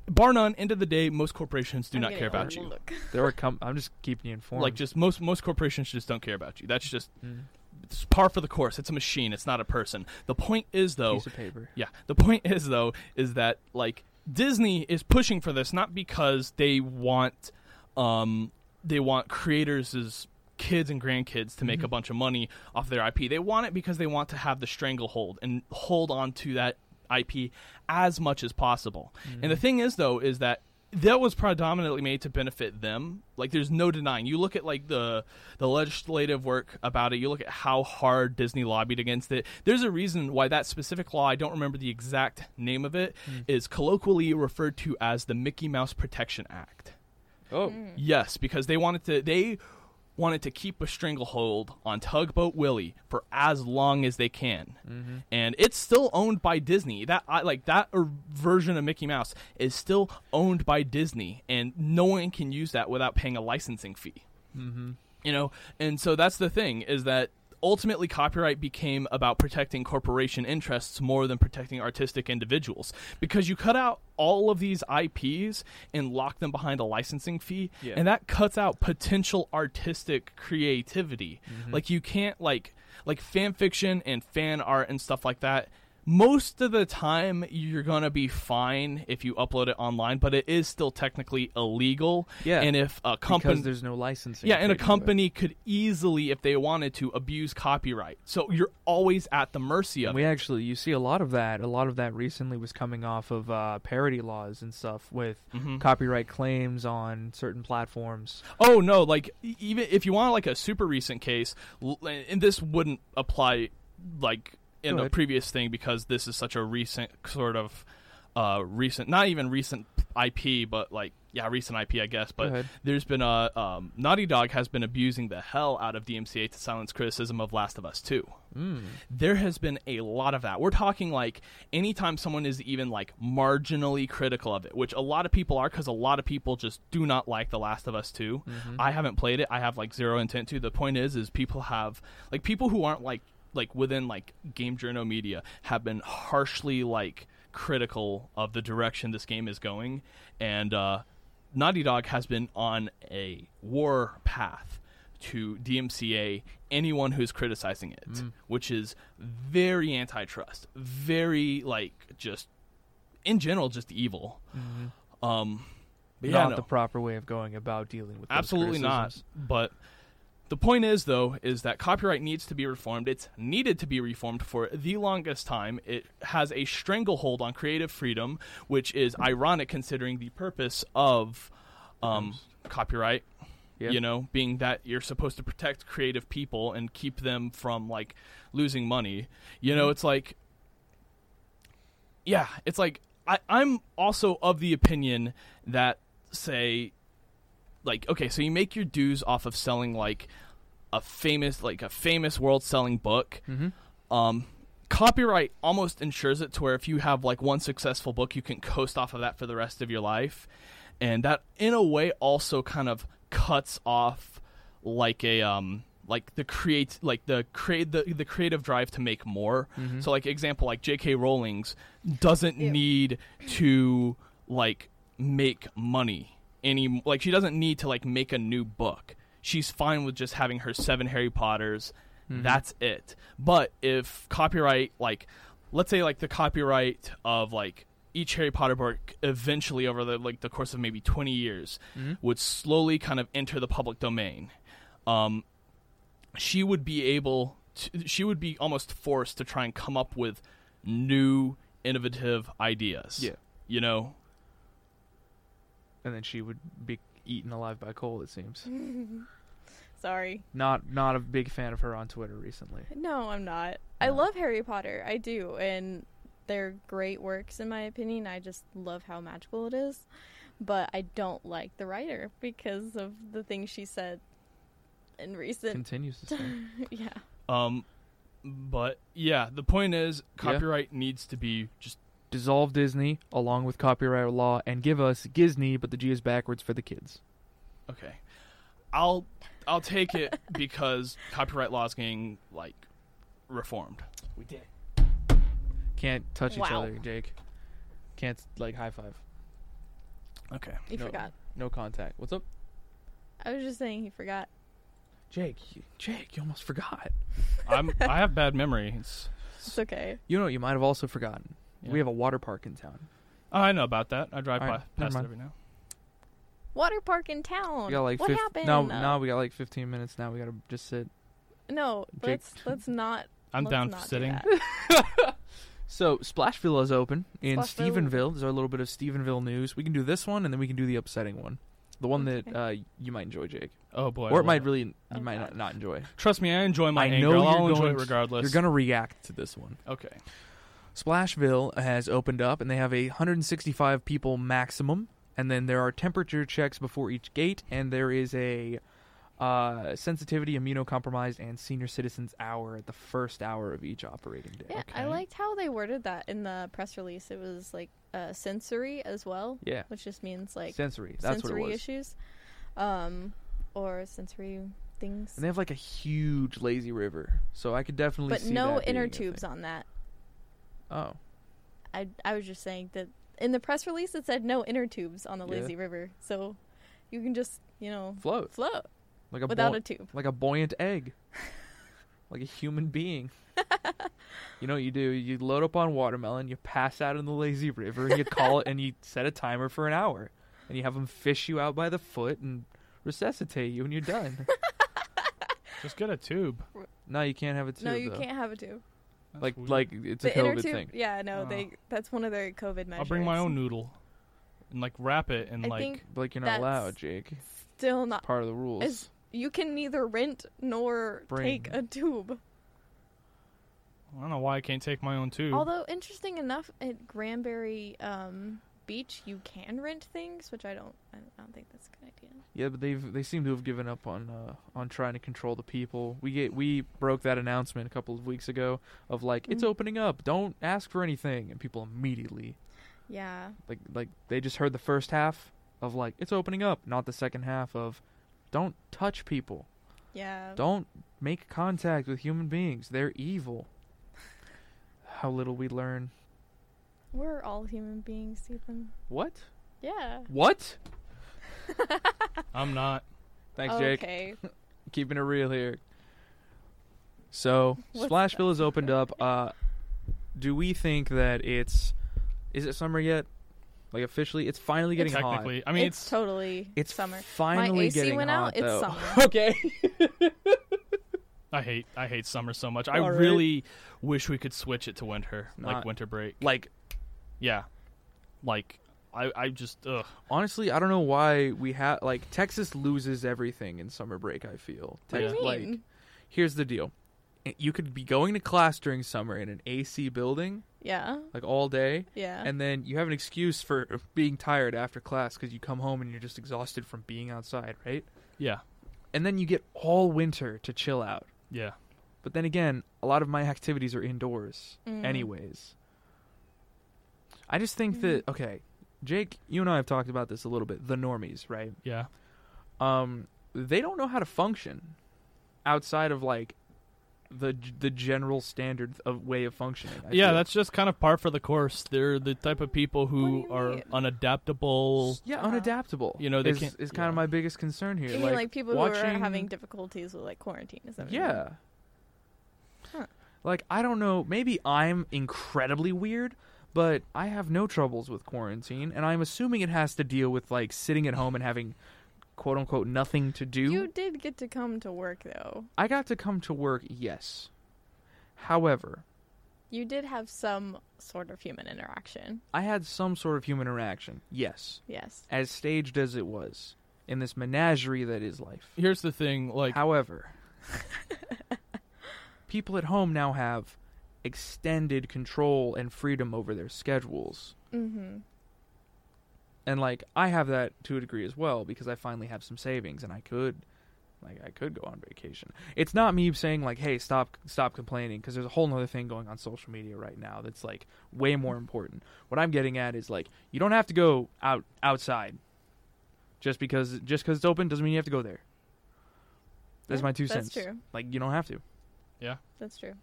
[SPEAKER 3] bar none end of the day most corporations do
[SPEAKER 2] I'm
[SPEAKER 3] not
[SPEAKER 2] getting
[SPEAKER 3] care
[SPEAKER 2] a
[SPEAKER 3] about
[SPEAKER 2] little
[SPEAKER 3] you.
[SPEAKER 2] look. [laughs]
[SPEAKER 1] There are com- I'm just keeping you informed.
[SPEAKER 3] Like just most most corporations just don't care about you. That's just
[SPEAKER 1] Mm.
[SPEAKER 3] it's par for the course. It's a machine. It's not a person. The point is though
[SPEAKER 1] piece of paper.
[SPEAKER 3] Yeah. The point [laughs] is though is that like Disney is pushing for this not because they want um they want creators as kids and grandkids to make a bunch of money off their IP. They want it because they want to have the stranglehold and hold on to that IP as much as possible. And the thing is though is that that was predominantly made to benefit them. Like, there's no denying. You look at like the the legislative work about it. You look at how hard Disney lobbied against it. There's a reason why that specific law, I don't remember the exact name of it, is colloquially referred to as the Mickey Mouse Protection Act.
[SPEAKER 1] Oh,
[SPEAKER 3] Mm. Yes, because they wanted to they wanted to keep a stranglehold on Tugboat Willie for as long as they can. And it's still owned by Disney. That I like that er, version of Mickey Mouse is still owned by Disney and no one can use that without paying a licensing fee. You know, and so that's the thing is that ultimately copyright became about protecting corporation interests more than protecting artistic individuals because you cut out all of these IPs and lock them behind a licensing fee
[SPEAKER 1] Yeah.
[SPEAKER 3] and that cuts out potential artistic creativity.
[SPEAKER 1] Mm-hmm.
[SPEAKER 3] Like you can't like like fan fiction and fan art and stuff like that most of the time you're going to be fine if you upload it online but it is still technically illegal
[SPEAKER 1] Yeah.
[SPEAKER 3] and if a
[SPEAKER 1] because
[SPEAKER 3] company
[SPEAKER 1] there's no licensing.
[SPEAKER 3] yeah, and a
[SPEAKER 1] taken away.
[SPEAKER 3] company could easily, if they wanted to, abuse copyright. So you're always at the mercy
[SPEAKER 1] And
[SPEAKER 3] of.
[SPEAKER 1] we
[SPEAKER 3] it.
[SPEAKER 1] actually, you see a lot of that. A lot of that recently was coming off of uh, parody laws and stuff with
[SPEAKER 3] Mm-hmm.
[SPEAKER 1] copyright claims on certain platforms.
[SPEAKER 3] Oh no! Like e- even if you want like a super recent case, l- and this wouldn't apply like in
[SPEAKER 1] Go
[SPEAKER 3] the
[SPEAKER 1] ahead.
[SPEAKER 3] previous thing because this is such a recent sort of uh recent, not even recent IP, but like yeah, recent IP, I guess. But
[SPEAKER 1] ahead.
[SPEAKER 3] there's been a um, Naughty Dog has been abusing the hell out of DMCA to silence criticism of Last of Us Two. there has been a lot of that. We're talking like anytime someone is even like marginally critical of it, which a lot of people are because a lot of people just do not like The Last of Us 2. I haven't played it. I have like zero intent to. The point is, is people have like people who aren't like like within like game journo media have been harshly like critical of the direction this game is going, and uh, Naughty Dog has been on a war path to DMCA anyone who's criticizing it,
[SPEAKER 1] Mm.
[SPEAKER 3] which is very antitrust, very like just in general just evil. Um, but yeah,
[SPEAKER 1] Mm-hmm. not
[SPEAKER 3] no,
[SPEAKER 1] the proper way of going about dealing with those
[SPEAKER 3] absolutely not.
[SPEAKER 1] criticisms.
[SPEAKER 3] But the point is though is that copyright needs to be reformed. It's needed to be reformed for the longest time. It has a stranglehold on creative freedom, which is ironic considering the purpose of um, copyright
[SPEAKER 1] Yeah.
[SPEAKER 3] you know being that you're supposed to protect creative people and keep them from like losing money you know it's like yeah it's like I, i'm also of the opinion that say like okay so you make your dues off of selling like a famous like a famous world selling book um copyright almost ensures it to where if you have like one successful book you can coast off of that for the rest of your life and that in a way also kind of cuts off like a um like the create like the create the, the creative drive to make more so like example like jk rowling's doesn't need to like make money any like she doesn't need to like make a new book she's fine with just having her seven harry potters that's it but if copyright like let's say like the copyright of like each Harry Potter book eventually over the like the course of maybe 20 years
[SPEAKER 1] Mm-hmm.
[SPEAKER 3] would slowly kind of enter the public domain um she would be able to, she would be almost forced to try and come up with new innovative ideas
[SPEAKER 1] Yeah.
[SPEAKER 3] you know
[SPEAKER 1] And then she would be eaten alive by coal. It seems.
[SPEAKER 2] Sorry.
[SPEAKER 1] not not a big fan of her on Twitter recently.
[SPEAKER 2] No, I'm not. I love Harry Potter. I do. And they're great works, in my opinion. I just love how magical it is. But I don't like the writer because of the things she said in recent.
[SPEAKER 1] Continues to
[SPEAKER 2] [laughs]
[SPEAKER 1] say.
[SPEAKER 2] yeah.
[SPEAKER 3] um but yeah the point is copyright needs to be just
[SPEAKER 1] dissolve Disney along with copyright law and give us Disney, but the G is backwards for the kids.
[SPEAKER 3] Okay. I'll I'll take
[SPEAKER 1] [laughs]
[SPEAKER 3] it because copyright law is getting like reformed. We did.
[SPEAKER 1] Can't touch each
[SPEAKER 2] Wow.
[SPEAKER 1] other, Jake. Can't like high five.
[SPEAKER 3] Okay.
[SPEAKER 2] He
[SPEAKER 1] No.
[SPEAKER 2] forgot.
[SPEAKER 1] No contact. What's up,
[SPEAKER 2] I was just saying he forgot.
[SPEAKER 1] Jake? You, Jake, you almost forgot. [laughs]
[SPEAKER 3] I'm I have bad memory. It's,
[SPEAKER 2] It's okay.
[SPEAKER 1] You know, what you might have also forgotten.
[SPEAKER 3] Yeah.
[SPEAKER 1] We have a water park in town.
[SPEAKER 3] Oh, I know about that. I drive
[SPEAKER 1] All right,
[SPEAKER 3] by,
[SPEAKER 1] never
[SPEAKER 3] past it
[SPEAKER 1] mind.
[SPEAKER 3] every now.
[SPEAKER 2] Water park in town.
[SPEAKER 1] We got like
[SPEAKER 2] what
[SPEAKER 1] fif-
[SPEAKER 2] happened?
[SPEAKER 1] No, no, we got like 15 minutes now. We gotta just sit.
[SPEAKER 2] No,
[SPEAKER 1] Jake-
[SPEAKER 2] let's let's not.
[SPEAKER 3] I'm
[SPEAKER 2] let's
[SPEAKER 3] down
[SPEAKER 2] not
[SPEAKER 1] [laughs]
[SPEAKER 3] for
[SPEAKER 2] do
[SPEAKER 3] sitting.
[SPEAKER 2] that.
[SPEAKER 1] So Splashville is open in
[SPEAKER 2] Splashville.
[SPEAKER 1] Stephenville. There's our little bit of Stephenville news. We can do this one, and then we can do the upsetting one, the one that uh, you might enjoy, Jake,
[SPEAKER 3] Oh boy.
[SPEAKER 1] or
[SPEAKER 3] I
[SPEAKER 1] it might
[SPEAKER 3] love
[SPEAKER 1] really you
[SPEAKER 2] Oh,
[SPEAKER 1] might
[SPEAKER 2] God.
[SPEAKER 1] not, not enjoy.
[SPEAKER 3] Trust me, I enjoy my
[SPEAKER 1] I
[SPEAKER 3] anger.
[SPEAKER 1] know
[SPEAKER 3] I'll
[SPEAKER 1] you're
[SPEAKER 3] enjoy
[SPEAKER 1] going
[SPEAKER 3] it
[SPEAKER 1] to-
[SPEAKER 3] regardless.
[SPEAKER 1] You're gonna react to this one.
[SPEAKER 3] okay.
[SPEAKER 1] Splashville has opened up, and they have a 165 people maximum. And then there are temperature checks before each gate, and there is a uh, sensitivity, immunocompromised, and senior citizens hour at the first hour of each operating day.
[SPEAKER 2] Yeah, I
[SPEAKER 3] Okay.
[SPEAKER 2] liked how they worded that in the press release. It was like uh, sensory as well,
[SPEAKER 1] Yeah,
[SPEAKER 2] which just means like
[SPEAKER 1] sensory. That's
[SPEAKER 2] sensory
[SPEAKER 1] what it was.
[SPEAKER 2] issues, um, or sensory things.
[SPEAKER 1] And they have like a huge lazy river, so I could definitely.
[SPEAKER 2] But
[SPEAKER 1] see
[SPEAKER 2] no
[SPEAKER 1] that
[SPEAKER 2] inner
[SPEAKER 1] being a thing.
[SPEAKER 2] tubes on that.
[SPEAKER 1] Oh,
[SPEAKER 2] I I was just saying that in the press release it said no inner tubes on the
[SPEAKER 1] Yeah.
[SPEAKER 2] lazy river, so you can just you know
[SPEAKER 1] float
[SPEAKER 2] float
[SPEAKER 1] like a
[SPEAKER 2] without
[SPEAKER 1] boi-
[SPEAKER 2] a tube.
[SPEAKER 1] like a buoyant
[SPEAKER 2] [laughs]
[SPEAKER 1] egg, like a human being. you know what you do? You load up on watermelon, you pass out in the lazy river, and you call it, and
[SPEAKER 2] [laughs]
[SPEAKER 1] you set a timer for an hour, and you have them fish you out by the foot and resuscitate you, and you're
[SPEAKER 2] [laughs]
[SPEAKER 1] done.
[SPEAKER 3] Just get a tube.
[SPEAKER 1] no, you can't have a tube.
[SPEAKER 2] no, you
[SPEAKER 1] though.
[SPEAKER 2] can't have a tube.
[SPEAKER 3] That's
[SPEAKER 1] Like,
[SPEAKER 3] weird.
[SPEAKER 1] like it's a
[SPEAKER 2] the inner
[SPEAKER 1] COVID
[SPEAKER 2] tube.
[SPEAKER 1] thing.
[SPEAKER 2] Yeah, no,
[SPEAKER 3] Oh.
[SPEAKER 2] they that's one of their COVID measures.
[SPEAKER 3] I'll bring my own noodle, and like wrap it, and
[SPEAKER 2] I
[SPEAKER 3] like
[SPEAKER 2] think-
[SPEAKER 1] Like you're not
[SPEAKER 2] That's-
[SPEAKER 1] allowed, Jake. It's
[SPEAKER 2] Still not.
[SPEAKER 1] part of the rules.
[SPEAKER 2] It's- You can neither rent nor
[SPEAKER 1] Bring.
[SPEAKER 2] take a tube.
[SPEAKER 3] I don't know why I can't take my own tube.
[SPEAKER 2] Although interesting enough, at Granberry um, Beach, you can rent things, which I don't. I don't think that's a good idea.
[SPEAKER 1] Yeah, but they've they seem to have given up on uh, on trying to control the people. We get we broke that announcement a couple of weeks ago of like it's
[SPEAKER 2] Mm.
[SPEAKER 1] opening up, don't ask for anything, and people immediately
[SPEAKER 2] Yeah,
[SPEAKER 1] like like they just heard the first half of like it's opening up, not the second half of don't touch people,
[SPEAKER 2] yeah.
[SPEAKER 1] don't make contact with human beings, they're evil. How little we learn.
[SPEAKER 2] We're all human beings, Stephen.
[SPEAKER 1] What?
[SPEAKER 2] Yeah.
[SPEAKER 1] What?
[SPEAKER 3] I'm not.
[SPEAKER 1] Thanks, Jake.
[SPEAKER 2] Oh, okay.
[SPEAKER 1] keeping it real here. So
[SPEAKER 2] [laughs] What's
[SPEAKER 1] Splashville has opened up. Uh, do we think that it's is it summer yet? Like officially, it's finally getting hot.
[SPEAKER 3] Technically, I mean
[SPEAKER 2] it's,
[SPEAKER 3] it's,
[SPEAKER 2] totally
[SPEAKER 1] It's
[SPEAKER 2] summer.
[SPEAKER 1] Finally
[SPEAKER 2] my AC
[SPEAKER 1] getting
[SPEAKER 2] went
[SPEAKER 1] hot,
[SPEAKER 2] out. It's
[SPEAKER 1] though. [laughs]
[SPEAKER 2] summer.
[SPEAKER 1] okay.
[SPEAKER 3] I hate. I hate summer so much. I
[SPEAKER 1] All right.
[SPEAKER 3] really wish we could switch it to winter,
[SPEAKER 1] It's
[SPEAKER 3] like
[SPEAKER 1] not-
[SPEAKER 3] winter break.
[SPEAKER 1] Like
[SPEAKER 3] Yeah, like I. I just ugh.
[SPEAKER 1] honestly, I don't know why we have like Texas loses everything in summer break. I feel.
[SPEAKER 2] What do
[SPEAKER 1] Tex-
[SPEAKER 2] you
[SPEAKER 1] like,
[SPEAKER 2] mean?
[SPEAKER 1] here's the deal: you could be going to class during summer in an AC building
[SPEAKER 2] Yeah.
[SPEAKER 1] like all day,
[SPEAKER 2] Yeah.
[SPEAKER 1] and then you have an excuse for being tired after class because you come home and you're just exhausted from being outside, right?
[SPEAKER 3] Yeah,
[SPEAKER 1] And then you get all winter to chill out.
[SPEAKER 3] yeah.
[SPEAKER 1] But then again, a lot of my activities are indoors,
[SPEAKER 2] Mm.
[SPEAKER 1] anyways. I just think that okay, Jake, you and I have talked about this a little bit. The normies, right?
[SPEAKER 3] Yeah.
[SPEAKER 1] Um, they don't know how to function outside of like the the general standard of way of functioning. I
[SPEAKER 3] yeah,
[SPEAKER 1] feel.
[SPEAKER 3] that's just kind of par for the course. They're the type of people who
[SPEAKER 2] What do you
[SPEAKER 3] are
[SPEAKER 2] mean?
[SPEAKER 3] unadaptable.
[SPEAKER 1] yeah, unadaptable.
[SPEAKER 3] You know, they
[SPEAKER 1] is,
[SPEAKER 3] can't-
[SPEAKER 1] is kind of
[SPEAKER 3] yeah.
[SPEAKER 1] my biggest concern here.
[SPEAKER 2] you mean
[SPEAKER 1] like,
[SPEAKER 2] like people
[SPEAKER 1] watching,
[SPEAKER 2] who are having difficulties with like quarantine? Is that what you mean?
[SPEAKER 1] Yeah.
[SPEAKER 2] Huh.
[SPEAKER 1] Like I don't know, maybe I'm incredibly weird, but I have no troubles with quarantine, and I'm assuming it has to deal with like sitting at home and having quote unquote nothing to do.
[SPEAKER 2] You did get to come to work though.
[SPEAKER 1] I got to come to work, yes. However,
[SPEAKER 2] You did have some sort of human interaction.
[SPEAKER 1] I had some sort of human interaction, yes.
[SPEAKER 2] Yes.
[SPEAKER 1] As staged as it was, in this menagerie that is life.
[SPEAKER 3] Here's the thing, like
[SPEAKER 1] However, [laughs] people at home now have extended control and freedom over their schedules.
[SPEAKER 2] Mm-hmm.
[SPEAKER 1] And like I have that to a degree as well because I finally have some savings and I could like I could go on vacation. It's not me saying like hey, stop stop complaining because there's a whole other thing going on social media right now that's like way more important. What I'm getting at is like you don't have to go out outside just because just cuz it's open doesn't mean you have to go there. That's
[SPEAKER 2] Yeah,
[SPEAKER 1] my two
[SPEAKER 2] that's
[SPEAKER 1] cents.
[SPEAKER 2] true.
[SPEAKER 1] Like you don't have to.
[SPEAKER 2] That's true.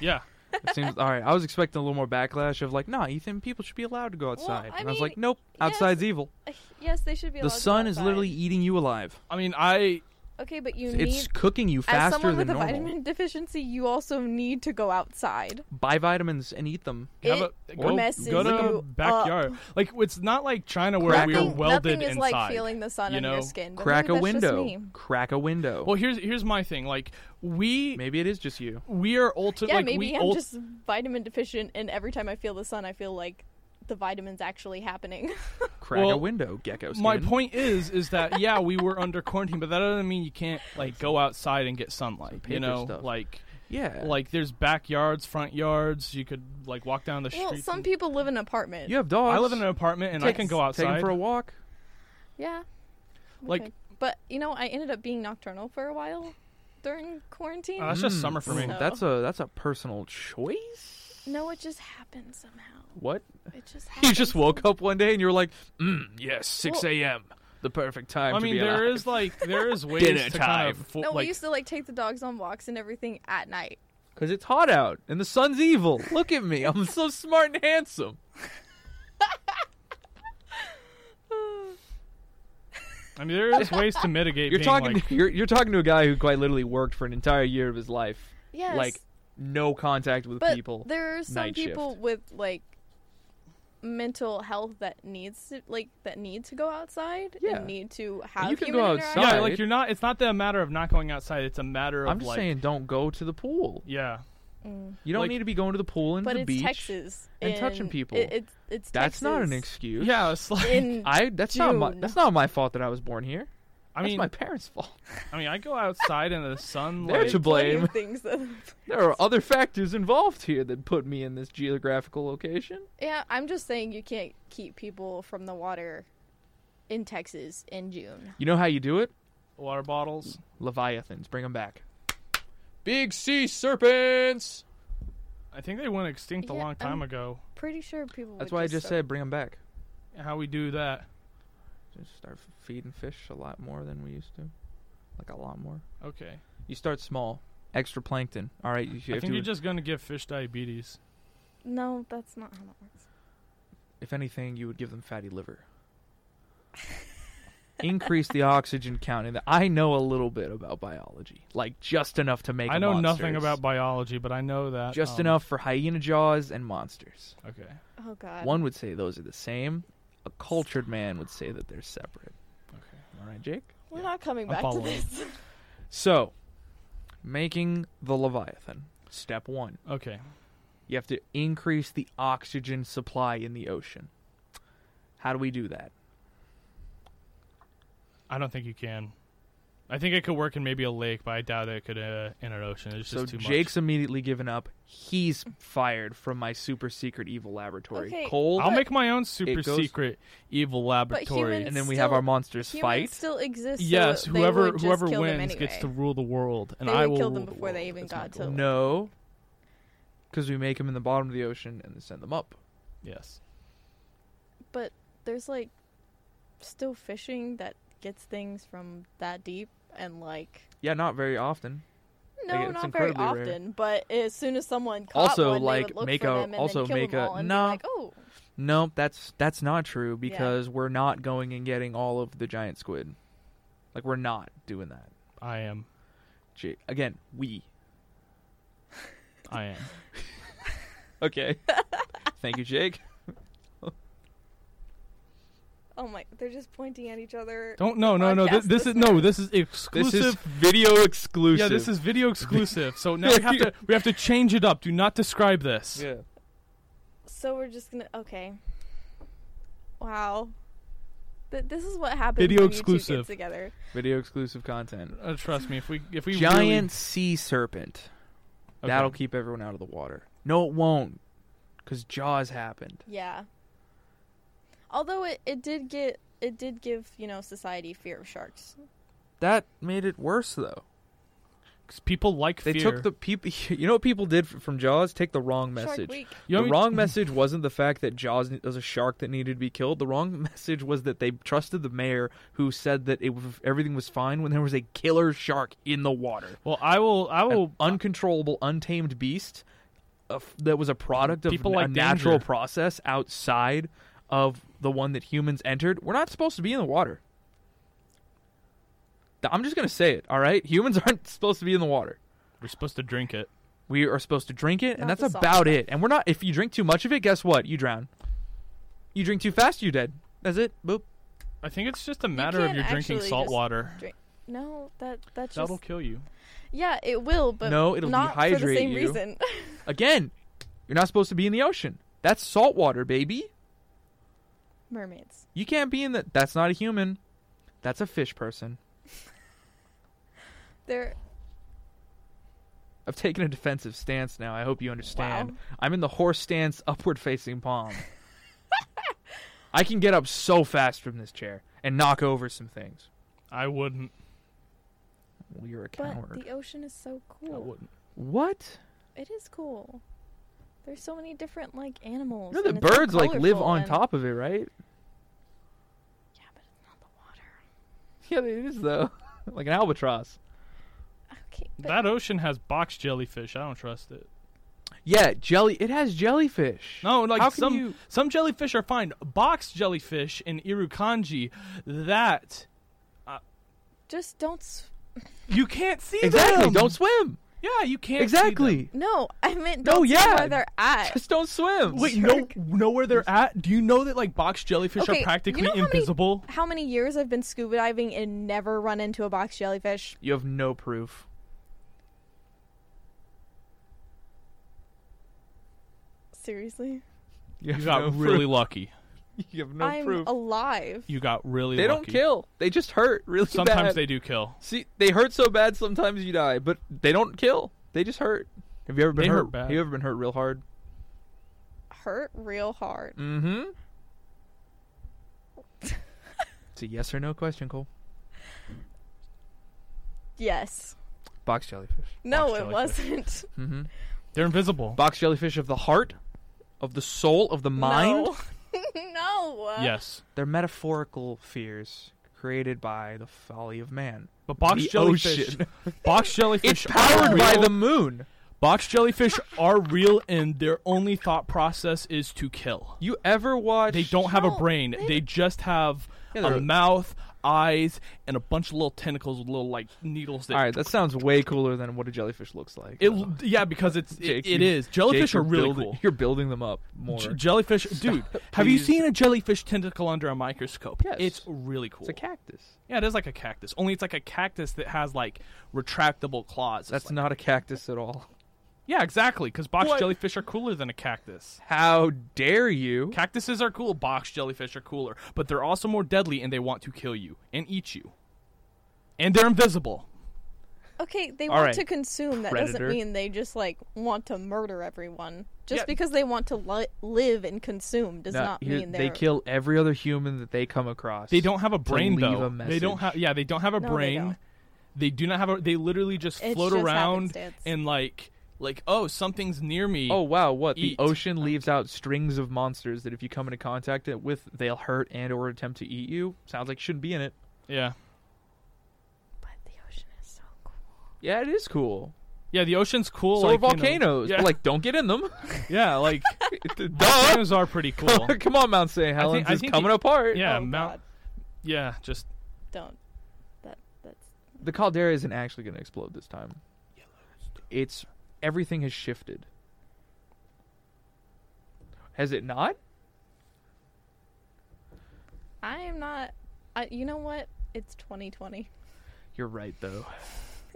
[SPEAKER 3] yeah,
[SPEAKER 1] It seems all right. I was expecting a little more backlash of like, nah, Ethan, people should be allowed to go outside.
[SPEAKER 2] I
[SPEAKER 1] and I was
[SPEAKER 2] mean,
[SPEAKER 1] like, nope,
[SPEAKER 2] yes,
[SPEAKER 1] outside's evil.
[SPEAKER 2] Uh, Yes, they should be.
[SPEAKER 1] The sun is literally eating you alive.
[SPEAKER 3] I mean, I
[SPEAKER 2] Okay, but you
[SPEAKER 1] it's
[SPEAKER 2] need
[SPEAKER 1] cooking you
[SPEAKER 2] as
[SPEAKER 1] faster
[SPEAKER 2] someone
[SPEAKER 1] than
[SPEAKER 2] with a
[SPEAKER 1] normal.
[SPEAKER 2] vitamin [laughs] deficiency, you also need to go outside.
[SPEAKER 1] Buy vitamins and eat them.
[SPEAKER 3] Have a,
[SPEAKER 2] It
[SPEAKER 3] go,
[SPEAKER 2] messes
[SPEAKER 3] go to
[SPEAKER 2] you
[SPEAKER 3] a backyard.
[SPEAKER 2] up.
[SPEAKER 3] Like it's not like China where
[SPEAKER 1] Crack
[SPEAKER 3] we
[SPEAKER 1] a-
[SPEAKER 3] were
[SPEAKER 2] nothing,
[SPEAKER 3] welded
[SPEAKER 2] nothing is
[SPEAKER 3] inside.
[SPEAKER 2] like feeling the sun
[SPEAKER 3] you
[SPEAKER 2] on
[SPEAKER 3] know?
[SPEAKER 2] your skin. But
[SPEAKER 1] Crack a
[SPEAKER 2] maybe that's just
[SPEAKER 1] window.
[SPEAKER 2] me.
[SPEAKER 1] Crack a window.
[SPEAKER 3] well, here's here's my thing. Like we
[SPEAKER 1] Maybe it is just you.
[SPEAKER 3] we are ultimately
[SPEAKER 2] Yeah,
[SPEAKER 3] like,
[SPEAKER 2] maybe
[SPEAKER 3] we
[SPEAKER 2] I'm
[SPEAKER 3] ult-
[SPEAKER 2] just vitamin deficient, and every time I feel the sun, I feel like the vitamins actually happening.
[SPEAKER 1] Crack a
[SPEAKER 3] Well,
[SPEAKER 1] window, gecko skin.
[SPEAKER 3] my point is
[SPEAKER 1] [laughs]
[SPEAKER 3] is that yeah we were under quarantine but that doesn't mean you can't like go outside and get sunlight
[SPEAKER 1] paper
[SPEAKER 3] you know
[SPEAKER 1] stuff.
[SPEAKER 3] like
[SPEAKER 1] Yeah.
[SPEAKER 3] like there's backyards front yards you could like walk down the
[SPEAKER 2] well,
[SPEAKER 3] street
[SPEAKER 2] some people live in an apartment.
[SPEAKER 1] you have dogs.
[SPEAKER 3] I live in an apartment and I
[SPEAKER 1] Take-
[SPEAKER 3] can go
[SPEAKER 1] Take them
[SPEAKER 3] outside
[SPEAKER 1] for a walk.
[SPEAKER 2] Yeah.
[SPEAKER 3] Like-
[SPEAKER 2] Okay. but you know, I ended up being nocturnal for a while during quarantine.
[SPEAKER 3] Uh, that's
[SPEAKER 1] Hmm.
[SPEAKER 3] just summer for
[SPEAKER 1] ooh,
[SPEAKER 3] me.
[SPEAKER 1] That's a that's a personal choice.
[SPEAKER 2] no, it just happened somehow.
[SPEAKER 1] What?
[SPEAKER 2] It just
[SPEAKER 1] [laughs]
[SPEAKER 2] happened.
[SPEAKER 1] You just woke up one day and you were like, mm, "Yes, six
[SPEAKER 2] Well-
[SPEAKER 1] a.m. the perfect time."
[SPEAKER 3] I
[SPEAKER 1] to
[SPEAKER 3] mean
[SPEAKER 1] be
[SPEAKER 3] there
[SPEAKER 1] alive.
[SPEAKER 3] is like there is
[SPEAKER 1] [laughs]
[SPEAKER 3] ways
[SPEAKER 1] Dinner
[SPEAKER 3] to kind of
[SPEAKER 1] time.
[SPEAKER 3] fo-
[SPEAKER 2] No, we
[SPEAKER 3] like
[SPEAKER 2] used to like take the dogs on walks and everything
[SPEAKER 1] [gasps]
[SPEAKER 2] at night.
[SPEAKER 1] Because it's hot out and the sun's evil. Look at me. I'm so smart and handsome.
[SPEAKER 3] I mean
[SPEAKER 1] [laughs]
[SPEAKER 3] there is ways to mitigate
[SPEAKER 1] You're
[SPEAKER 3] being
[SPEAKER 1] talking
[SPEAKER 3] like
[SPEAKER 1] to, you're, you're talking to a guy who quite literally worked for an entire year of his life.
[SPEAKER 2] Yes.
[SPEAKER 1] Like no contact with
[SPEAKER 2] but
[SPEAKER 1] people.
[SPEAKER 2] there are some
[SPEAKER 1] night shift.
[SPEAKER 2] people with like mental health that needs to like that need to go outside
[SPEAKER 1] Yeah.
[SPEAKER 2] and need to have
[SPEAKER 1] you can
[SPEAKER 2] human
[SPEAKER 1] go
[SPEAKER 2] interaction.
[SPEAKER 1] outside.
[SPEAKER 3] yeah like you're not it's not the matter of not going outside it's a matter of
[SPEAKER 1] I'm just
[SPEAKER 3] like
[SPEAKER 1] saying don't go to the pool.
[SPEAKER 3] yeah
[SPEAKER 1] You don't
[SPEAKER 3] Like-
[SPEAKER 1] need to be going to the pool and
[SPEAKER 2] But
[SPEAKER 1] the
[SPEAKER 2] it's
[SPEAKER 1] beach.
[SPEAKER 2] Texas
[SPEAKER 1] and touching people.
[SPEAKER 2] It, it's it's
[SPEAKER 1] That's not an
[SPEAKER 2] Texas
[SPEAKER 1] excuse.
[SPEAKER 3] yeah
[SPEAKER 1] [laughs]
[SPEAKER 3] it's like
[SPEAKER 2] In
[SPEAKER 1] I that's not my
[SPEAKER 2] June.
[SPEAKER 1] that's not my fault that I was born here.
[SPEAKER 3] I
[SPEAKER 1] that's
[SPEAKER 3] mean
[SPEAKER 1] my parents' fault. [laughs]
[SPEAKER 3] I mean I go outside in the sun
[SPEAKER 1] They're
[SPEAKER 3] like
[SPEAKER 1] to
[SPEAKER 2] plenty
[SPEAKER 1] blame.
[SPEAKER 2] of things that
[SPEAKER 1] [laughs] There are other factors involved here that put me in this geographical location.
[SPEAKER 2] Yeah, I'm just saying you can't keep people from the water in Texas in June.
[SPEAKER 1] You know how you do it?
[SPEAKER 3] water bottles
[SPEAKER 1] Leviathans, bring them back. Big sea serpents.
[SPEAKER 3] I think they went extinct a
[SPEAKER 2] Yeah,
[SPEAKER 3] long time
[SPEAKER 2] um,
[SPEAKER 3] ago.
[SPEAKER 2] Pretty sure people.
[SPEAKER 1] That's
[SPEAKER 2] would
[SPEAKER 1] why I
[SPEAKER 2] just
[SPEAKER 1] just
[SPEAKER 2] start-
[SPEAKER 1] said bring them back.
[SPEAKER 3] How we do that?
[SPEAKER 1] Just start feeding fish a lot more than we used to. Like a lot more.
[SPEAKER 3] Okay.
[SPEAKER 1] You start small, extra plankton. All right, you
[SPEAKER 3] I
[SPEAKER 1] have
[SPEAKER 3] think
[SPEAKER 1] to.
[SPEAKER 3] you're just gonna give fish diabetes.
[SPEAKER 2] No, that's not how that works.
[SPEAKER 1] if anything, you would give them fatty liver. Increase
[SPEAKER 2] [laughs]
[SPEAKER 1] the oxygen count. In the, I know a little bit about biology, like just enough to make.
[SPEAKER 3] I know
[SPEAKER 1] monsters.
[SPEAKER 3] nothing about biology, but I know that
[SPEAKER 1] just
[SPEAKER 3] um,
[SPEAKER 1] enough for hyena jaws and monsters.
[SPEAKER 3] Okay.
[SPEAKER 2] Oh God.
[SPEAKER 1] One would say those are the same. A cultured man would say that they're separate.
[SPEAKER 3] Okay.
[SPEAKER 1] All right, Jake.
[SPEAKER 2] We're not coming
[SPEAKER 3] I'm
[SPEAKER 2] back to
[SPEAKER 3] following.
[SPEAKER 2] this.
[SPEAKER 1] So, making the leviathan. Step one.
[SPEAKER 3] Okay.
[SPEAKER 1] You have to increase the oxygen supply in the ocean. How do we do that?
[SPEAKER 3] I don't think you can. I think it could work in maybe a lake, but I doubt it could uh, in an ocean. It's
[SPEAKER 1] So
[SPEAKER 3] just too
[SPEAKER 1] Jake's immediately given up. He's fired from my super secret evil laboratory.
[SPEAKER 2] Okay.
[SPEAKER 1] Cole,
[SPEAKER 3] much. I'll make my own super
[SPEAKER 1] goes-
[SPEAKER 3] secret evil laboratory.
[SPEAKER 2] humans-
[SPEAKER 1] and then we have our
[SPEAKER 2] still-
[SPEAKER 1] monsters
[SPEAKER 2] [laughs] Humans
[SPEAKER 1] fight.
[SPEAKER 2] still exist. so
[SPEAKER 3] yes,
[SPEAKER 2] they
[SPEAKER 3] whoever
[SPEAKER 2] would just
[SPEAKER 3] whoever
[SPEAKER 2] kill
[SPEAKER 3] wins
[SPEAKER 2] them anyway.
[SPEAKER 3] gets to rule the world, and
[SPEAKER 2] They
[SPEAKER 3] I
[SPEAKER 2] would
[SPEAKER 3] will
[SPEAKER 2] kill them
[SPEAKER 3] rule the
[SPEAKER 2] before they
[SPEAKER 3] world.
[SPEAKER 2] even
[SPEAKER 3] That's
[SPEAKER 2] got to- [laughs]
[SPEAKER 3] my goal.
[SPEAKER 1] no, because we make them in the bottom of the ocean and then send them up.
[SPEAKER 3] Yes.
[SPEAKER 2] But there's like still fishing that gets things from that deep and like.
[SPEAKER 1] Yeah, not very often.
[SPEAKER 2] No,
[SPEAKER 1] Like, it's
[SPEAKER 2] not very
[SPEAKER 1] incredibly rare.
[SPEAKER 2] often. But as soon as someone caught
[SPEAKER 1] Also,
[SPEAKER 2] one,
[SPEAKER 1] like,
[SPEAKER 2] they would look
[SPEAKER 1] make
[SPEAKER 2] for
[SPEAKER 1] a-
[SPEAKER 2] them and then
[SPEAKER 1] also
[SPEAKER 2] kill
[SPEAKER 1] make
[SPEAKER 2] them
[SPEAKER 1] a-
[SPEAKER 2] all and be
[SPEAKER 1] no.
[SPEAKER 2] like, oh,
[SPEAKER 1] No, that's that's not true
[SPEAKER 2] Yeah.
[SPEAKER 1] because we're not going and getting all of the giant squid. Like we're not doing that.
[SPEAKER 3] I am.
[SPEAKER 1] Jake, again, we.
[SPEAKER 3] I am.
[SPEAKER 1] Okay. [laughs] Thank you, Jake.
[SPEAKER 2] oh my, they're just pointing at each other.
[SPEAKER 3] Don't no no no. This,
[SPEAKER 2] Podcast
[SPEAKER 3] this is no.
[SPEAKER 2] listeners.
[SPEAKER 3] This is
[SPEAKER 1] This
[SPEAKER 3] exclusive
[SPEAKER 1] is video exclusive.
[SPEAKER 3] Yeah, this is
[SPEAKER 1] [laughs]
[SPEAKER 3] video exclusive. So now we have to we have to change it up. Do not describe this.
[SPEAKER 1] Yeah.
[SPEAKER 2] So we're just gonna okay. Wow. Th- this is what happens
[SPEAKER 3] Video
[SPEAKER 2] when you two
[SPEAKER 3] exclusive.
[SPEAKER 2] get together.
[SPEAKER 1] Video exclusive content.
[SPEAKER 3] Uh, trust me, if we if we
[SPEAKER 1] Giant
[SPEAKER 3] really-
[SPEAKER 1] sea serpent.
[SPEAKER 3] Okay.
[SPEAKER 1] That'll keep everyone out of the water. No, it won't. Because Jaws happened.
[SPEAKER 2] Yeah. Although it, it did get it did give, you know, society fear of sharks.
[SPEAKER 1] That made it worse, though.
[SPEAKER 3] 'Cause people like
[SPEAKER 1] They
[SPEAKER 3] fear.
[SPEAKER 1] took the people. [laughs] You know what people did f- from Jaws? Take the wrong
[SPEAKER 2] Shark
[SPEAKER 1] message.
[SPEAKER 2] week.
[SPEAKER 3] You know
[SPEAKER 1] the
[SPEAKER 3] what [laughs]
[SPEAKER 1] wrong message wasn't the fact that Jaws was a shark that needed to be killed. The wrong [laughs] message was that they trusted the mayor who said that it was, everything was fine when there was a killer shark in the water.
[SPEAKER 3] Well, I will I will
[SPEAKER 1] An Oh, uncontrollable, untamed beast uh, f- that was a product of
[SPEAKER 3] People
[SPEAKER 1] n-
[SPEAKER 3] like
[SPEAKER 1] a natural
[SPEAKER 3] danger.
[SPEAKER 1] process outside of the one that humans entered. We're not supposed to be in the water. Th- I'm just gonna say it. All right, humans [laughs] aren't supposed to be in the water.
[SPEAKER 3] We're supposed to drink it.
[SPEAKER 1] We are supposed to drink it, and
[SPEAKER 2] Not
[SPEAKER 1] that's
[SPEAKER 2] the salt
[SPEAKER 1] about
[SPEAKER 2] stuff.
[SPEAKER 1] it. And we're not. If you drink too much of it, guess what? You drown. You drink too fast, you dead. That's it. Boop.
[SPEAKER 3] I think it's just a matter of
[SPEAKER 2] can't
[SPEAKER 3] you're drinking
[SPEAKER 2] actually
[SPEAKER 3] salt
[SPEAKER 2] just-
[SPEAKER 3] water.
[SPEAKER 2] No, that that's
[SPEAKER 3] That'll
[SPEAKER 2] just
[SPEAKER 3] kill you.
[SPEAKER 2] yeah, it will, but
[SPEAKER 1] No, it'll
[SPEAKER 2] not for the
[SPEAKER 1] dehydrate
[SPEAKER 2] same
[SPEAKER 1] you.
[SPEAKER 2] reason. [laughs]
[SPEAKER 1] Again, you're not supposed to be in the ocean. That's salt water, baby.
[SPEAKER 2] Mermaids.
[SPEAKER 1] You can't be in that. That's not a human. That's a fish person.
[SPEAKER 2] They're
[SPEAKER 1] I've taken a defensive stance now. I hope you understand.
[SPEAKER 2] Wow.
[SPEAKER 1] I'm in the horse stance, [laughs] upward facing
[SPEAKER 2] [laughs]
[SPEAKER 1] palm. I can get up so fast from this chair and knock over some things.
[SPEAKER 3] I wouldn't.
[SPEAKER 1] Well, you're a
[SPEAKER 2] but
[SPEAKER 1] coward.
[SPEAKER 2] the ocean is so
[SPEAKER 3] I
[SPEAKER 2] cool.
[SPEAKER 3] wouldn't.
[SPEAKER 1] What?
[SPEAKER 2] It is cool. There's so many different like animals.
[SPEAKER 1] You know the
[SPEAKER 2] and it's so
[SPEAKER 1] birds like live
[SPEAKER 2] colorful
[SPEAKER 1] on
[SPEAKER 2] and-
[SPEAKER 1] top of it, right? [laughs]
[SPEAKER 2] Yeah, but it's not the water.
[SPEAKER 1] Yeah, it is though. [laughs] like an albatross.
[SPEAKER 2] Okay, but
[SPEAKER 3] That ocean has box jellyfish. I don't trust it.
[SPEAKER 1] Yeah, jelly. It has jellyfish.
[SPEAKER 3] No, like
[SPEAKER 1] How can
[SPEAKER 3] some
[SPEAKER 1] you-
[SPEAKER 3] some jellyfish are fine. Box jellyfish in Irukandji, that
[SPEAKER 2] just don't. s
[SPEAKER 3] you can't see
[SPEAKER 1] exactly.
[SPEAKER 3] them.
[SPEAKER 1] Don't swim.
[SPEAKER 3] Yeah, you can't. see them.
[SPEAKER 1] Exactly.
[SPEAKER 2] no, I meant
[SPEAKER 1] No,
[SPEAKER 2] don't see
[SPEAKER 1] yeah.
[SPEAKER 2] where they're
[SPEAKER 1] [laughs]
[SPEAKER 2] at.
[SPEAKER 1] Just don't swim.
[SPEAKER 3] Wait,
[SPEAKER 2] Jerk.
[SPEAKER 3] no, know where they're at? Do you know that like box jellyfish
[SPEAKER 2] Okay,
[SPEAKER 3] are
[SPEAKER 2] you
[SPEAKER 3] practically
[SPEAKER 2] know how many-
[SPEAKER 3] invisible?
[SPEAKER 2] How many years I've been scuba diving and never run into a box jellyfish?
[SPEAKER 1] You have no proof.
[SPEAKER 2] Seriously,
[SPEAKER 1] You, have
[SPEAKER 3] You got
[SPEAKER 1] no
[SPEAKER 3] really lucky.
[SPEAKER 1] proof. [laughs] You have no
[SPEAKER 2] I'm
[SPEAKER 1] proof.
[SPEAKER 2] alive.
[SPEAKER 3] You got really.
[SPEAKER 1] They don't
[SPEAKER 3] lucky.
[SPEAKER 1] kill. They just hurt really
[SPEAKER 3] Sometimes
[SPEAKER 1] bad.
[SPEAKER 3] they do kill.
[SPEAKER 1] See, they hurt so bad sometimes you die, but they don't kill. They just hurt. Have you ever been
[SPEAKER 3] They
[SPEAKER 1] hurt?
[SPEAKER 3] hurt bad.
[SPEAKER 1] Have you ever been hurt real hard?
[SPEAKER 2] Hurt real hard.
[SPEAKER 1] Mm-hmm. [laughs] it's a yes or no question, Cole.
[SPEAKER 2] Yes.
[SPEAKER 1] Box jellyfish.
[SPEAKER 2] No,
[SPEAKER 3] Box
[SPEAKER 2] it
[SPEAKER 3] jellyfish.
[SPEAKER 2] wasn't. [laughs]
[SPEAKER 1] Mm-hmm.
[SPEAKER 3] They're invisible.
[SPEAKER 1] Box jellyfish of the heart, of the soul, of the mind.
[SPEAKER 2] No. [laughs] no.
[SPEAKER 3] yes,
[SPEAKER 1] They're metaphorical fears created by the folly of man.
[SPEAKER 3] but box
[SPEAKER 1] The
[SPEAKER 3] jellyfish. [laughs]
[SPEAKER 1] ocean.
[SPEAKER 3] Box
[SPEAKER 1] It's
[SPEAKER 3] jellyfish are
[SPEAKER 1] powered by
[SPEAKER 3] real.
[SPEAKER 1] the moon.
[SPEAKER 3] Box jellyfish are real, and their only thought process is to kill.
[SPEAKER 1] You ever watch?
[SPEAKER 3] They don't have a
[SPEAKER 2] No,
[SPEAKER 3] brain.
[SPEAKER 2] they-
[SPEAKER 3] They just have
[SPEAKER 1] Yeah, they're-
[SPEAKER 3] a mouth, eyes, and a bunch of little tentacles with little like needles. That
[SPEAKER 1] All right, that sounds way cooler than what a jellyfish looks like.
[SPEAKER 3] It,
[SPEAKER 1] though.
[SPEAKER 3] yeah, because it's
[SPEAKER 1] Jake,
[SPEAKER 3] it, it
[SPEAKER 1] you-
[SPEAKER 3] is. Jellyfish
[SPEAKER 1] Jake, you're
[SPEAKER 3] are really
[SPEAKER 1] building-
[SPEAKER 3] cool.
[SPEAKER 1] You're building them up more.
[SPEAKER 3] J-
[SPEAKER 1] [laughs]
[SPEAKER 3] jellyfish, dude. Have you
[SPEAKER 1] please.
[SPEAKER 3] seen a jellyfish tentacle under a microscope?
[SPEAKER 1] Yes.
[SPEAKER 3] it's really cool.
[SPEAKER 1] It's a cactus.
[SPEAKER 3] yeah, it is like a cactus. Only it's like a cactus that has like retractable claws. It's
[SPEAKER 1] That's [laughs]
[SPEAKER 3] like-
[SPEAKER 1] not a cactus at all.
[SPEAKER 3] Yeah, exactly. Because box
[SPEAKER 1] What?
[SPEAKER 3] jellyfish are cooler than a cactus.
[SPEAKER 1] How dare you?
[SPEAKER 3] Cactuses are cool. Box jellyfish are cooler, but they're also more deadly, and they want to kill you and eat you. And they're invisible.
[SPEAKER 2] Okay, they
[SPEAKER 1] All
[SPEAKER 2] want
[SPEAKER 1] right.
[SPEAKER 2] to consume. That
[SPEAKER 1] Predator.
[SPEAKER 2] doesn't mean they just like want to murder everyone. Just
[SPEAKER 3] Yeah.
[SPEAKER 2] because they want to li- live and consume does
[SPEAKER 1] No,
[SPEAKER 2] not
[SPEAKER 1] here-
[SPEAKER 2] mean they're.
[SPEAKER 1] they kill every other human that they come across.
[SPEAKER 3] They don't have a brain
[SPEAKER 1] leave
[SPEAKER 3] though.
[SPEAKER 1] a
[SPEAKER 3] they don't have.
[SPEAKER 1] message.
[SPEAKER 3] Yeah, they don't have a
[SPEAKER 2] No, they
[SPEAKER 3] brain.
[SPEAKER 2] don't.
[SPEAKER 3] They do not have a. They literally just
[SPEAKER 2] It's
[SPEAKER 3] float
[SPEAKER 2] just
[SPEAKER 3] around
[SPEAKER 2] happenstance.
[SPEAKER 3] and like, like, oh, something's near me.
[SPEAKER 1] Oh wow! What
[SPEAKER 3] Eat.
[SPEAKER 1] the ocean leaves out strings of monsters that if you come into contact it with, they'll hurt and or attempt to eat you. Sounds like you shouldn't be in it.
[SPEAKER 3] yeah,
[SPEAKER 2] But the ocean is so cool.
[SPEAKER 1] Yeah, it is cool.
[SPEAKER 3] yeah. The ocean's cool.
[SPEAKER 1] so
[SPEAKER 3] like,
[SPEAKER 1] are
[SPEAKER 3] you know-
[SPEAKER 1] volcanoes.
[SPEAKER 3] yeah,
[SPEAKER 1] but, like, don't get in them.
[SPEAKER 3] [laughs]
[SPEAKER 1] [laughs]
[SPEAKER 3] yeah, like
[SPEAKER 1] Duh.
[SPEAKER 3] volcanoes are
[SPEAKER 1] [laughs]
[SPEAKER 3] pretty cool.
[SPEAKER 1] come on, Mount St.
[SPEAKER 3] I
[SPEAKER 1] Helens
[SPEAKER 3] think- I
[SPEAKER 1] is
[SPEAKER 3] think
[SPEAKER 1] coming
[SPEAKER 3] it-
[SPEAKER 1] apart.
[SPEAKER 3] Yeah,
[SPEAKER 2] Oh,
[SPEAKER 3] Mount.
[SPEAKER 2] God.
[SPEAKER 3] Yeah, just
[SPEAKER 2] Don't. That that's
[SPEAKER 1] The caldera isn't actually going to explode this time. It's everything has shifted. Has it not?
[SPEAKER 2] I am not. I, you know what? It's 2020.
[SPEAKER 1] You're right though.
[SPEAKER 2] [laughs]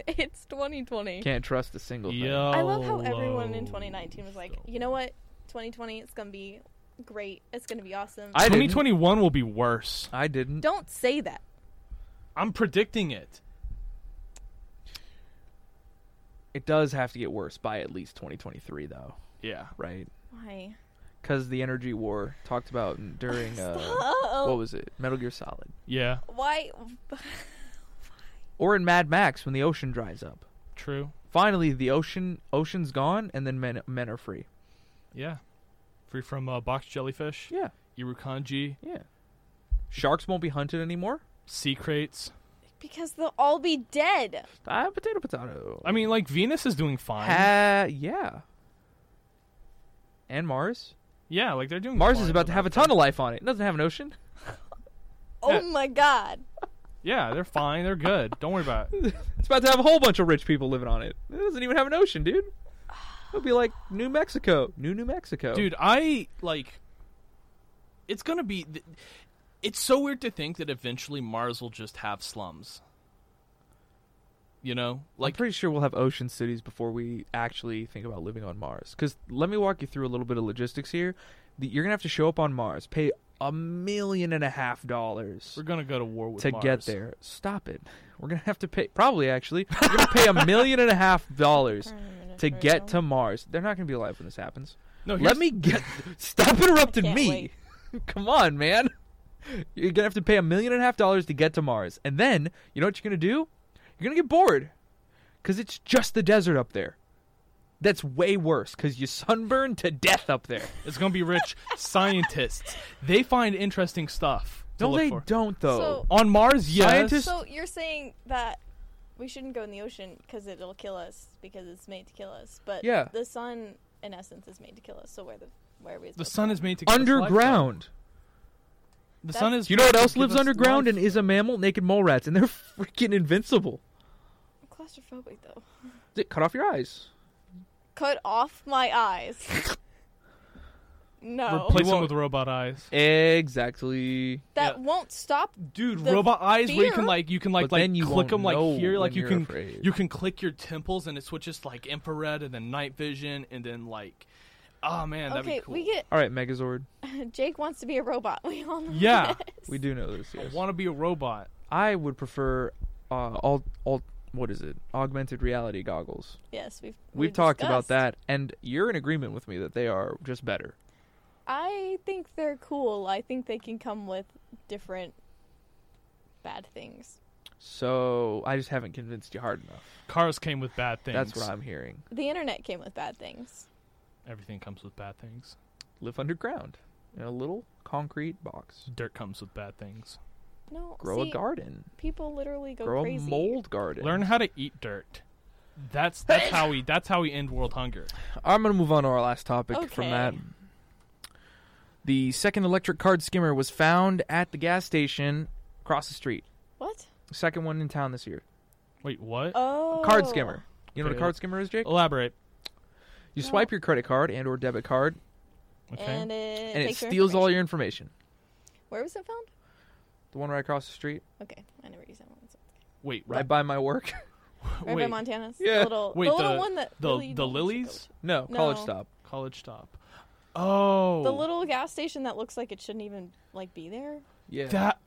[SPEAKER 2] It's 2020.
[SPEAKER 1] Can't trust a single thing.
[SPEAKER 3] yeah.
[SPEAKER 2] I love how everyone in 2019 was like, you know what? 2020, it's gonna be great. It's gonna be awesome.
[SPEAKER 1] I didn't.
[SPEAKER 3] 2021 will be worse.
[SPEAKER 1] I didn't.
[SPEAKER 2] Don't say that.
[SPEAKER 3] I'm predicting it.
[SPEAKER 1] It does have to get worse by at least 2023 though,
[SPEAKER 3] Yeah.
[SPEAKER 1] right?
[SPEAKER 2] Why?
[SPEAKER 1] Cuz the energy war talked about during
[SPEAKER 2] [laughs]
[SPEAKER 1] uh, what
[SPEAKER 2] Oh.
[SPEAKER 1] was it? Metal Gear Solid.
[SPEAKER 3] Yeah.
[SPEAKER 2] Why? [laughs]
[SPEAKER 1] Or in Mad Max when the ocean dries up.
[SPEAKER 3] True.
[SPEAKER 1] Finally, the ocean ocean's gone and then men men are free.
[SPEAKER 3] Yeah. Free from uh, box jellyfish,
[SPEAKER 1] Yeah.
[SPEAKER 3] Irukandji,
[SPEAKER 1] Yeah. Sharks won't be hunted anymore.
[SPEAKER 3] sea crates.
[SPEAKER 2] Because they'll all be dead.
[SPEAKER 1] Ah, potato, potato.
[SPEAKER 3] I mean, like Venus is doing fine.
[SPEAKER 1] Ha- yeah. And Mars.
[SPEAKER 3] yeah, like they're doing.
[SPEAKER 1] Mars
[SPEAKER 3] fine
[SPEAKER 1] is about to have a ton of life on it. It doesn't have an ocean.
[SPEAKER 2] Oh
[SPEAKER 3] Yeah.
[SPEAKER 2] my god.
[SPEAKER 3] Yeah, they're fine. They're good. Don't worry about it.
[SPEAKER 1] [laughs] It's about to have a whole bunch of rich people living on it. It doesn't even have an ocean, dude. It'll be like New Mexico, New New Mexico,
[SPEAKER 3] Dude, I like it's going to be th- it's so weird to think that eventually Mars will just have slums. You know?
[SPEAKER 1] Like,
[SPEAKER 3] Like
[SPEAKER 1] I'm pretty sure we'll have ocean cities before we actually think about living on Mars. Because let me walk you through a little bit of logistics here. The, you're gonna have to show up on Mars, pay a million and a half dollars
[SPEAKER 3] we're going to go to war with
[SPEAKER 1] to
[SPEAKER 3] Mars.
[SPEAKER 1] get there. Stop it. We're gonna have to pay. Probably actually, we're gonna pay a million and a half dollars to get to Mars. They're not gonna be alive when this happens.
[SPEAKER 3] No,
[SPEAKER 1] Let
[SPEAKER 3] here's-
[SPEAKER 1] me get. Stop interrupting
[SPEAKER 2] can't
[SPEAKER 1] me. [laughs] Come on, man. You're gonna have to pay a million and a half dollars to get to Mars, and then you know what you're gonna do? You're gonna get bored, cause it's just the desert up there. That's way worse, cause you sunburn to death up there.
[SPEAKER 3] It's going to be rich scientists. They find interesting stuff. to
[SPEAKER 1] No,
[SPEAKER 3] look
[SPEAKER 1] they
[SPEAKER 3] for.
[SPEAKER 1] don't though.
[SPEAKER 2] So-
[SPEAKER 3] On Mars, yes.
[SPEAKER 1] Scientists-
[SPEAKER 2] So you're saying that we shouldn't go in the ocean because it'll kill us because it's made to kill us. But
[SPEAKER 1] Yeah.
[SPEAKER 2] the sun, in essence, is made to kill us. So where the where are we?
[SPEAKER 3] the
[SPEAKER 2] supposed to
[SPEAKER 3] sun
[SPEAKER 2] go?
[SPEAKER 3] is made to give us lifetime.
[SPEAKER 1] underground.
[SPEAKER 3] The
[SPEAKER 2] That's-
[SPEAKER 3] sun is.
[SPEAKER 1] Do you know what
[SPEAKER 3] made to
[SPEAKER 1] else
[SPEAKER 3] give
[SPEAKER 1] lives
[SPEAKER 3] us
[SPEAKER 1] underground
[SPEAKER 3] life.
[SPEAKER 1] and is a mammal? Naked mole rats, and they're [laughs] freaking invincible.
[SPEAKER 2] claustrophobic though.
[SPEAKER 1] Cut off your eyes.
[SPEAKER 2] Cut off my eyes. no,
[SPEAKER 3] Replace
[SPEAKER 1] You
[SPEAKER 3] them
[SPEAKER 1] won't-
[SPEAKER 3] with robot eyes,
[SPEAKER 1] Exactly.
[SPEAKER 2] that won't stop.
[SPEAKER 3] dude.
[SPEAKER 2] The
[SPEAKER 3] robot eyes where you can
[SPEAKER 2] fear-
[SPEAKER 3] like you can like
[SPEAKER 1] But
[SPEAKER 3] like
[SPEAKER 1] then you
[SPEAKER 3] click
[SPEAKER 1] won't
[SPEAKER 3] them like
[SPEAKER 1] know
[SPEAKER 3] here, like
[SPEAKER 1] when
[SPEAKER 3] you
[SPEAKER 1] you're
[SPEAKER 3] can
[SPEAKER 1] afraid.
[SPEAKER 3] you can click your temples and it switches to, like infrared and then night vision and then like, oh man, that'd
[SPEAKER 2] okay,
[SPEAKER 3] be cool.
[SPEAKER 2] we get.
[SPEAKER 1] All right, Megazord.
[SPEAKER 2] [laughs] Jake wants to be a robot. We all know.
[SPEAKER 3] Yeah.
[SPEAKER 2] this.
[SPEAKER 1] We do know this. Yes.
[SPEAKER 3] I want to be a robot.
[SPEAKER 1] I would prefer uh, all all what is it? Augmented reality goggles.
[SPEAKER 2] Yes, we've
[SPEAKER 1] We've talked about
[SPEAKER 2] discussed.
[SPEAKER 1] that, and you're in agreement with me that they are just better.
[SPEAKER 2] I think they're cool. I think they can come with different bad things.
[SPEAKER 1] So I just haven't convinced you hard enough.
[SPEAKER 3] Cars came with bad things.
[SPEAKER 1] That's what I'm hearing.
[SPEAKER 2] The internet came with bad things.
[SPEAKER 3] Everything comes with bad things.
[SPEAKER 1] Live underground in a little concrete box.
[SPEAKER 3] Dirt comes with bad things.
[SPEAKER 2] No,
[SPEAKER 1] Grow
[SPEAKER 2] see,
[SPEAKER 1] a garden.
[SPEAKER 2] People literally go
[SPEAKER 1] Grow
[SPEAKER 2] crazy.
[SPEAKER 1] a mold garden.
[SPEAKER 3] Learn how to eat dirt.
[SPEAKER 2] [laughs]
[SPEAKER 3] That's that's how we that's how we end world hunger.
[SPEAKER 1] I'm gonna move on to our last topic from
[SPEAKER 2] Okay.
[SPEAKER 1] that. The second electric card skimmer was found at the gas station across the street.
[SPEAKER 2] What?
[SPEAKER 1] Second one in town this year.
[SPEAKER 3] Wait, what?
[SPEAKER 2] Oh,
[SPEAKER 1] Card skimmer. You know what
[SPEAKER 3] Okay.
[SPEAKER 1] a card skimmer is, Jake?
[SPEAKER 3] Elaborate.
[SPEAKER 1] You
[SPEAKER 2] No.
[SPEAKER 1] swipe your credit card and or debit card,
[SPEAKER 3] Okay.
[SPEAKER 2] And it
[SPEAKER 1] and it
[SPEAKER 2] takes your
[SPEAKER 1] steals all
[SPEAKER 2] information.
[SPEAKER 1] your information.
[SPEAKER 2] Where was it found?
[SPEAKER 1] The one right across the street,
[SPEAKER 2] Okay, I never used that one. So.
[SPEAKER 3] Wait,
[SPEAKER 1] right
[SPEAKER 3] right,
[SPEAKER 1] by my work. [laughs]
[SPEAKER 2] Right
[SPEAKER 3] wait.
[SPEAKER 2] by Montana's.
[SPEAKER 1] Yeah.
[SPEAKER 2] The little,
[SPEAKER 3] Wait,
[SPEAKER 2] the little
[SPEAKER 3] the-
[SPEAKER 2] one that
[SPEAKER 3] the-
[SPEAKER 2] really you
[SPEAKER 3] the
[SPEAKER 2] don't want to go
[SPEAKER 3] lilies?
[SPEAKER 2] to.
[SPEAKER 1] No, College
[SPEAKER 2] No.
[SPEAKER 1] Stop.
[SPEAKER 3] College stop. Oh,
[SPEAKER 2] The little gas station that looks like it shouldn't even like be there.
[SPEAKER 1] Yeah,
[SPEAKER 3] that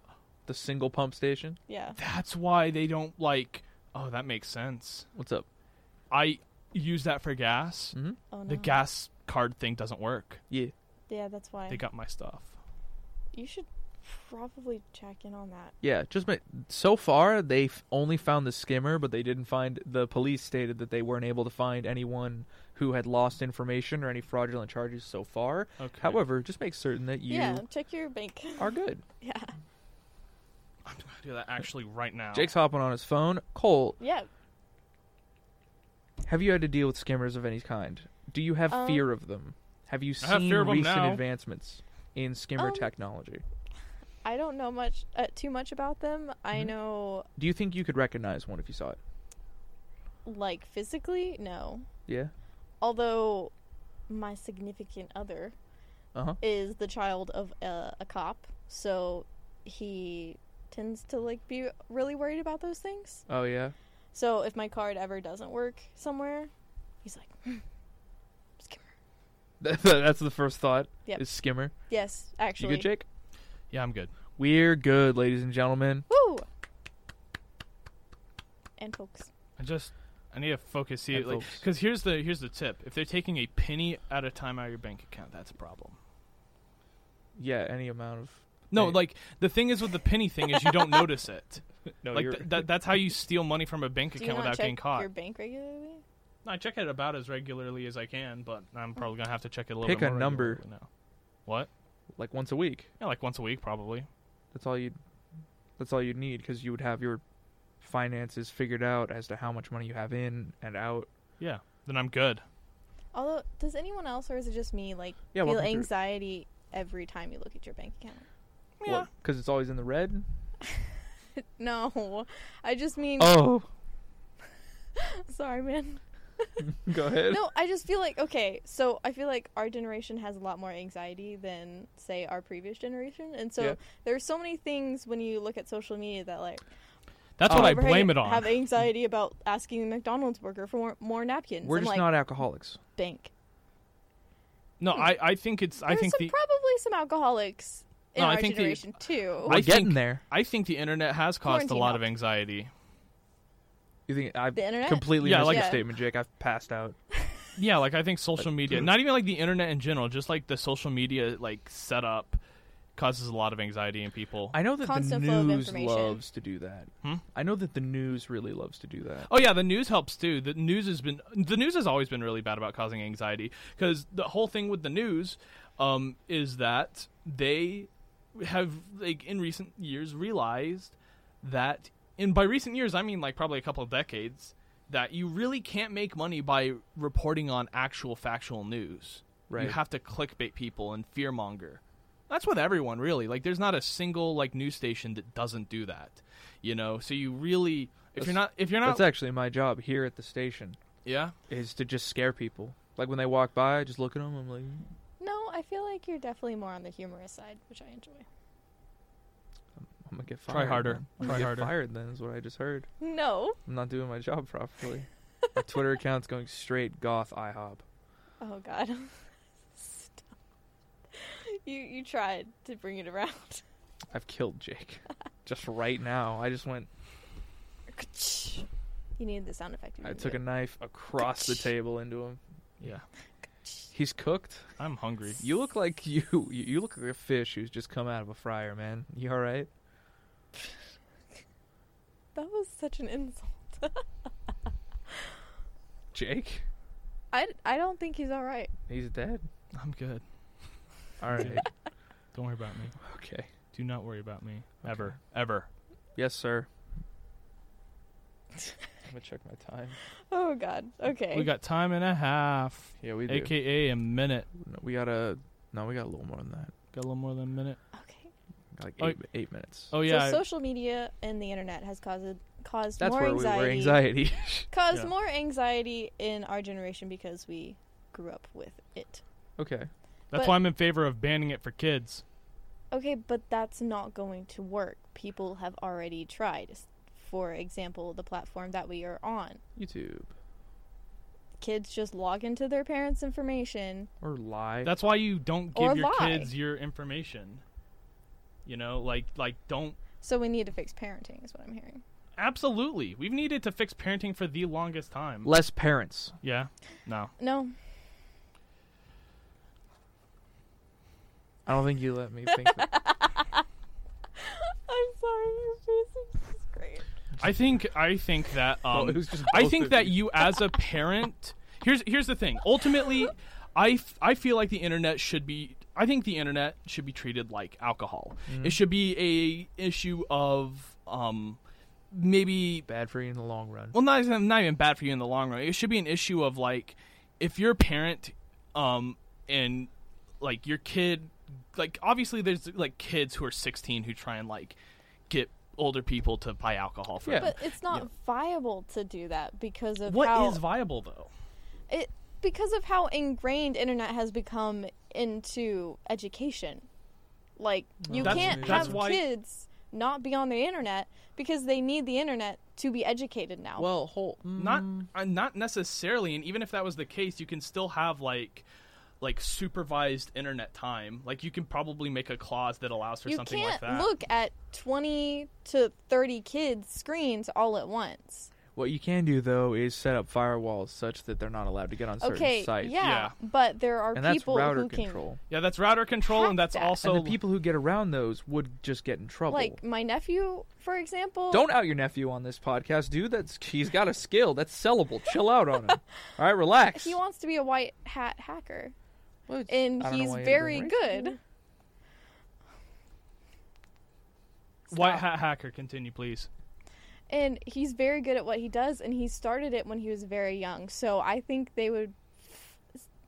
[SPEAKER 1] the single pump station.
[SPEAKER 2] Yeah.
[SPEAKER 3] that's why they don't like. Oh, that makes sense.
[SPEAKER 1] What's up?
[SPEAKER 3] I use that for gas.
[SPEAKER 1] Mm-hmm.
[SPEAKER 2] Oh no.
[SPEAKER 3] The gas card thing doesn't work.
[SPEAKER 1] Yeah,
[SPEAKER 2] Yeah, that's why.
[SPEAKER 3] They got my stuff.
[SPEAKER 2] you should probably check in on that.
[SPEAKER 1] yeah. Just ma- so far, they f- only found the skimmer, but they didn't find. The police stated that they weren't able to find anyone who had lost information or any fraudulent charges so far.
[SPEAKER 3] Okay.
[SPEAKER 1] However, just make certain that you
[SPEAKER 2] Yeah, check your bank. [laughs]
[SPEAKER 1] are good.
[SPEAKER 2] yeah.
[SPEAKER 3] I'm gonna do that actually right now.
[SPEAKER 1] Jake's hopping on his phone. Cole,
[SPEAKER 2] Yeah.
[SPEAKER 1] Have you had to deal with skimmers of any kind? Do you have
[SPEAKER 2] Um,
[SPEAKER 1] fear of them? Have you
[SPEAKER 3] I have
[SPEAKER 1] seen
[SPEAKER 3] fear of 'em
[SPEAKER 1] recent
[SPEAKER 3] now.
[SPEAKER 1] advancements in skimmer
[SPEAKER 2] Um,
[SPEAKER 1] technology?
[SPEAKER 2] I don't know much uh, too much about them. I
[SPEAKER 3] Mm-hmm.
[SPEAKER 1] Mhm.
[SPEAKER 2] know
[SPEAKER 1] Do you think you could recognize one if you saw it?
[SPEAKER 2] like physically, no.
[SPEAKER 1] Yeah.
[SPEAKER 2] Although my significant other
[SPEAKER 1] Uh
[SPEAKER 3] Uh-huh.
[SPEAKER 1] huh.
[SPEAKER 2] is the child of a, a cop, so he tends to like be really worried about those things.
[SPEAKER 1] Oh yeah.
[SPEAKER 2] So if my card ever doesn't work somewhere, he's like, "Hmm, skimmer."
[SPEAKER 1] That- [laughs] That's the first thought.
[SPEAKER 2] Yep.
[SPEAKER 1] Is skimmer.
[SPEAKER 2] Yes,
[SPEAKER 1] You
[SPEAKER 2] actually.
[SPEAKER 1] good, Jake?
[SPEAKER 3] Yeah, I'm good.
[SPEAKER 1] We're good, ladies and gentlemen.
[SPEAKER 2] Woo! And folks,
[SPEAKER 3] I just I need to focus
[SPEAKER 1] And
[SPEAKER 3] here, like,
[SPEAKER 1] focus.
[SPEAKER 3] because here's the here's the tip. If they're taking a penny at a time out of your bank account, that's a problem.
[SPEAKER 1] Yeah. Any amount of
[SPEAKER 3] No,
[SPEAKER 1] Hey.
[SPEAKER 3] like the thing is with the penny thing is
[SPEAKER 1] [laughs]
[SPEAKER 3] you don't notice it.
[SPEAKER 1] no,
[SPEAKER 3] like th- that that's how you steal money from a bank
[SPEAKER 2] do you
[SPEAKER 3] account
[SPEAKER 2] not
[SPEAKER 3] without being
[SPEAKER 2] check
[SPEAKER 3] caught.
[SPEAKER 2] your bank regularly?
[SPEAKER 3] I check it about as regularly as I can, but I'm probably gonna have to check it a little
[SPEAKER 1] Pick
[SPEAKER 3] bit
[SPEAKER 1] a
[SPEAKER 3] more
[SPEAKER 1] number.
[SPEAKER 3] regularly now. What?
[SPEAKER 1] [laughs] like once a week.
[SPEAKER 3] Yeah, like once a week probably.
[SPEAKER 1] That's all you. That's all you need because you would have your finances figured out as to how much money you have in and out.
[SPEAKER 3] Yeah. Then I'm good.
[SPEAKER 2] Although, does anyone else, or is it just me, like
[SPEAKER 1] Yeah.
[SPEAKER 2] feel
[SPEAKER 1] welcome to-
[SPEAKER 2] anxiety every time you look at your bank account?
[SPEAKER 1] Because it's always in the red.
[SPEAKER 2] no, [laughs] I just mean.
[SPEAKER 1] Oh,
[SPEAKER 2] [laughs] Sorry, man.
[SPEAKER 1] [laughs] go ahead.
[SPEAKER 2] No, I just feel like okay. So I feel like our generation has a lot more anxiety than say our previous generation, and so
[SPEAKER 1] Yeah.
[SPEAKER 2] there are so many things when you look at social media that like
[SPEAKER 5] That's
[SPEAKER 1] Oh.
[SPEAKER 5] what I
[SPEAKER 2] overhead
[SPEAKER 5] blame it on.
[SPEAKER 2] Have anxiety about asking the McDonald's worker for more, more napkins.
[SPEAKER 1] We're
[SPEAKER 2] I'm
[SPEAKER 1] just
[SPEAKER 2] like,
[SPEAKER 1] not alcoholics.
[SPEAKER 2] bank.
[SPEAKER 5] no, I, I think it's I
[SPEAKER 2] There's
[SPEAKER 5] think
[SPEAKER 2] some,
[SPEAKER 5] the
[SPEAKER 2] probably some alcoholics in
[SPEAKER 3] No, I
[SPEAKER 2] our
[SPEAKER 3] think the-
[SPEAKER 2] generation too.
[SPEAKER 1] We're
[SPEAKER 3] I
[SPEAKER 1] getting
[SPEAKER 3] think-
[SPEAKER 1] there.
[SPEAKER 3] I think the internet has caused a
[SPEAKER 2] Quarantine
[SPEAKER 3] lot of
[SPEAKER 2] helped.
[SPEAKER 3] anxiety.
[SPEAKER 1] You think I
[SPEAKER 2] The internet?
[SPEAKER 1] completely
[SPEAKER 5] Yeah,
[SPEAKER 1] missed
[SPEAKER 5] like-
[SPEAKER 1] your
[SPEAKER 2] Yeah.
[SPEAKER 1] statement, Jake? I've passed out.
[SPEAKER 5] yeah, like I think
[SPEAKER 3] Social
[SPEAKER 5] social
[SPEAKER 3] media, not even like the internet in general, just like the social media like setup causes a lot of anxiety in people.
[SPEAKER 1] I know that
[SPEAKER 2] Constant
[SPEAKER 1] the
[SPEAKER 2] flow of
[SPEAKER 1] news
[SPEAKER 2] information.
[SPEAKER 1] loves to do that.
[SPEAKER 3] Hmm?
[SPEAKER 1] I know that the news really loves to do that.
[SPEAKER 3] Oh yeah, the news helps too. The news has been the news has always been really bad about causing anxiety because the whole thing with the news um, is that they have like in recent years realized that and by recent years I mean like probably a couple of decades that you really can't make money by reporting on actual factual news.
[SPEAKER 1] Right.
[SPEAKER 3] You have to clickbait people and fearmonger. That's with everyone really. Like there's not a single like news station that doesn't do that. You know, so you really if you're not if you're not
[SPEAKER 1] That's actually my job here at the station
[SPEAKER 3] yeah.
[SPEAKER 1] is to just scare people. Like when they walk by, I just look at them. I'm like,
[SPEAKER 2] no, I feel like you're definitely more on the humorous side, which I enjoy.
[SPEAKER 1] I'm gonna get fired.
[SPEAKER 5] Try harder.
[SPEAKER 1] man. I'm gonna
[SPEAKER 5] Try
[SPEAKER 1] get
[SPEAKER 5] harder.
[SPEAKER 1] Fired then is what I just heard.
[SPEAKER 2] No.
[SPEAKER 1] I'm not doing my job [laughs] properly. my Twitter account's going straight goth IHOP.
[SPEAKER 2] Oh God. [laughs] Stop. You you tried to bring it around. [laughs]
[SPEAKER 1] I've killed Jake. [laughs] just right now, I just went.
[SPEAKER 2] You needed the sound effect. You
[SPEAKER 1] I
[SPEAKER 2] didn't
[SPEAKER 1] took a
[SPEAKER 2] do
[SPEAKER 1] knife across the table into him.
[SPEAKER 5] yeah.
[SPEAKER 2] it.
[SPEAKER 1] He's cooked.
[SPEAKER 5] I'm
[SPEAKER 1] [laughs]
[SPEAKER 5] hungry.
[SPEAKER 1] You look like you. you- You look like a fish who's just come out of a fryer, man. You all right?
[SPEAKER 2] That was such an insult.
[SPEAKER 1] Jake?
[SPEAKER 2] I, I don't think he's all right.
[SPEAKER 1] He's dead.
[SPEAKER 5] I'm good. [laughs]
[SPEAKER 1] All right.
[SPEAKER 5] Don't worry about me.
[SPEAKER 1] okay.
[SPEAKER 5] Do not worry about me
[SPEAKER 1] Okay.
[SPEAKER 5] ever ever.
[SPEAKER 1] Yes, [laughs] sir. I'm gonna check my time.
[SPEAKER 2] Oh God. Okay.
[SPEAKER 5] We got time and a half,
[SPEAKER 1] Yeah, we do.
[SPEAKER 5] aka a minute.
[SPEAKER 1] No, we got a. No, we got a little more than that.
[SPEAKER 5] Got a little more than a minute.
[SPEAKER 2] okay.
[SPEAKER 1] Like
[SPEAKER 5] Oh,
[SPEAKER 1] eight, eight minutes.
[SPEAKER 5] Oh
[SPEAKER 3] uh,
[SPEAKER 5] yeah,
[SPEAKER 2] So social media and the internet has caused caused
[SPEAKER 1] That's
[SPEAKER 2] more
[SPEAKER 1] where
[SPEAKER 2] anxiety.
[SPEAKER 1] we were. Anxiety. [laughs]
[SPEAKER 2] Caused
[SPEAKER 5] Yeah.
[SPEAKER 2] more anxiety in our generation because we grew up with it.
[SPEAKER 1] okay.
[SPEAKER 5] that's
[SPEAKER 2] but-
[SPEAKER 5] why I'm in favor of banning it for kids.
[SPEAKER 2] Okay, but that's not going to work. People have already tried. For example, the platform that we are on.
[SPEAKER 1] YouTube
[SPEAKER 2] Kids just log into their parents' information
[SPEAKER 1] or lie.
[SPEAKER 5] That's why you don't
[SPEAKER 2] Or
[SPEAKER 5] give your
[SPEAKER 2] lie.
[SPEAKER 5] kids your information. You know, like like don't
[SPEAKER 2] So we need to fix parenting, is what I'm hearing.
[SPEAKER 5] absolutely. We've needed to fix parenting for the longest time.
[SPEAKER 1] Less parents.
[SPEAKER 5] yeah. No.
[SPEAKER 2] No,
[SPEAKER 1] I don't think you let me [laughs] think. that.
[SPEAKER 2] I'm sorry, your face is just great.
[SPEAKER 5] I think I think that um
[SPEAKER 1] [laughs] Well, it was just
[SPEAKER 5] I
[SPEAKER 1] both
[SPEAKER 5] think
[SPEAKER 1] of
[SPEAKER 5] that
[SPEAKER 1] you.
[SPEAKER 5] you as a parent here's here's the thing. Ultimately, I, f- I feel like the internet should be I think the internet should be treated like alcohol.
[SPEAKER 1] Mm-hmm.
[SPEAKER 5] It should be a issue of um maybe
[SPEAKER 1] bad for you in the long run.
[SPEAKER 5] well not even, not even bad for you in the long run it should be an issue of like if you're a parent um and like your kid like obviously there's like kids who are 16 who try and like get older people to buy alcohol for
[SPEAKER 1] Yeah.
[SPEAKER 5] them
[SPEAKER 2] But it's not viable to do that because of
[SPEAKER 5] What is
[SPEAKER 2] how
[SPEAKER 5] viable though
[SPEAKER 2] it because of how ingrained internet has become into education. Like you
[SPEAKER 5] Mm. That's-
[SPEAKER 2] can't
[SPEAKER 5] that's
[SPEAKER 2] have
[SPEAKER 5] why-
[SPEAKER 2] kids not be on the internet because they need the internet to be educated now.
[SPEAKER 1] Well, mm, whole
[SPEAKER 5] not
[SPEAKER 2] Mm.
[SPEAKER 5] uh, not necessarily and even if that was the case you can still have like like supervised internet time like you can probably make a clause that allows for
[SPEAKER 2] you
[SPEAKER 5] something
[SPEAKER 2] can't
[SPEAKER 5] like that
[SPEAKER 2] look at 20 to 30 kids screens all at once.
[SPEAKER 1] What you can do though is set up firewalls such that they're not allowed to get on certain
[SPEAKER 2] okay,
[SPEAKER 1] sites.
[SPEAKER 2] Yeah,
[SPEAKER 5] Yeah.
[SPEAKER 2] but there are
[SPEAKER 1] And that's
[SPEAKER 2] people
[SPEAKER 1] router
[SPEAKER 2] who can
[SPEAKER 1] control.
[SPEAKER 5] yeah that's router control
[SPEAKER 2] Hack
[SPEAKER 5] and that's
[SPEAKER 2] that.
[SPEAKER 5] also
[SPEAKER 1] and the people who get around those would just get in trouble.
[SPEAKER 2] like my nephew, for example.
[SPEAKER 1] Don't out your nephew on this podcast, dude. That's he's got a skill. That's sellable. Chill out on
[SPEAKER 2] [laughs]
[SPEAKER 1] him. All right, relax.
[SPEAKER 2] he wants to be a white hat hacker,
[SPEAKER 1] Well, it's-
[SPEAKER 2] and
[SPEAKER 1] I don't know
[SPEAKER 2] he's
[SPEAKER 1] why you had to
[SPEAKER 2] very
[SPEAKER 1] bring race into
[SPEAKER 2] good.
[SPEAKER 1] it.
[SPEAKER 5] white hat hacker continue please
[SPEAKER 2] And he's very good at what he does, and he started it when he was very young. So I think they would,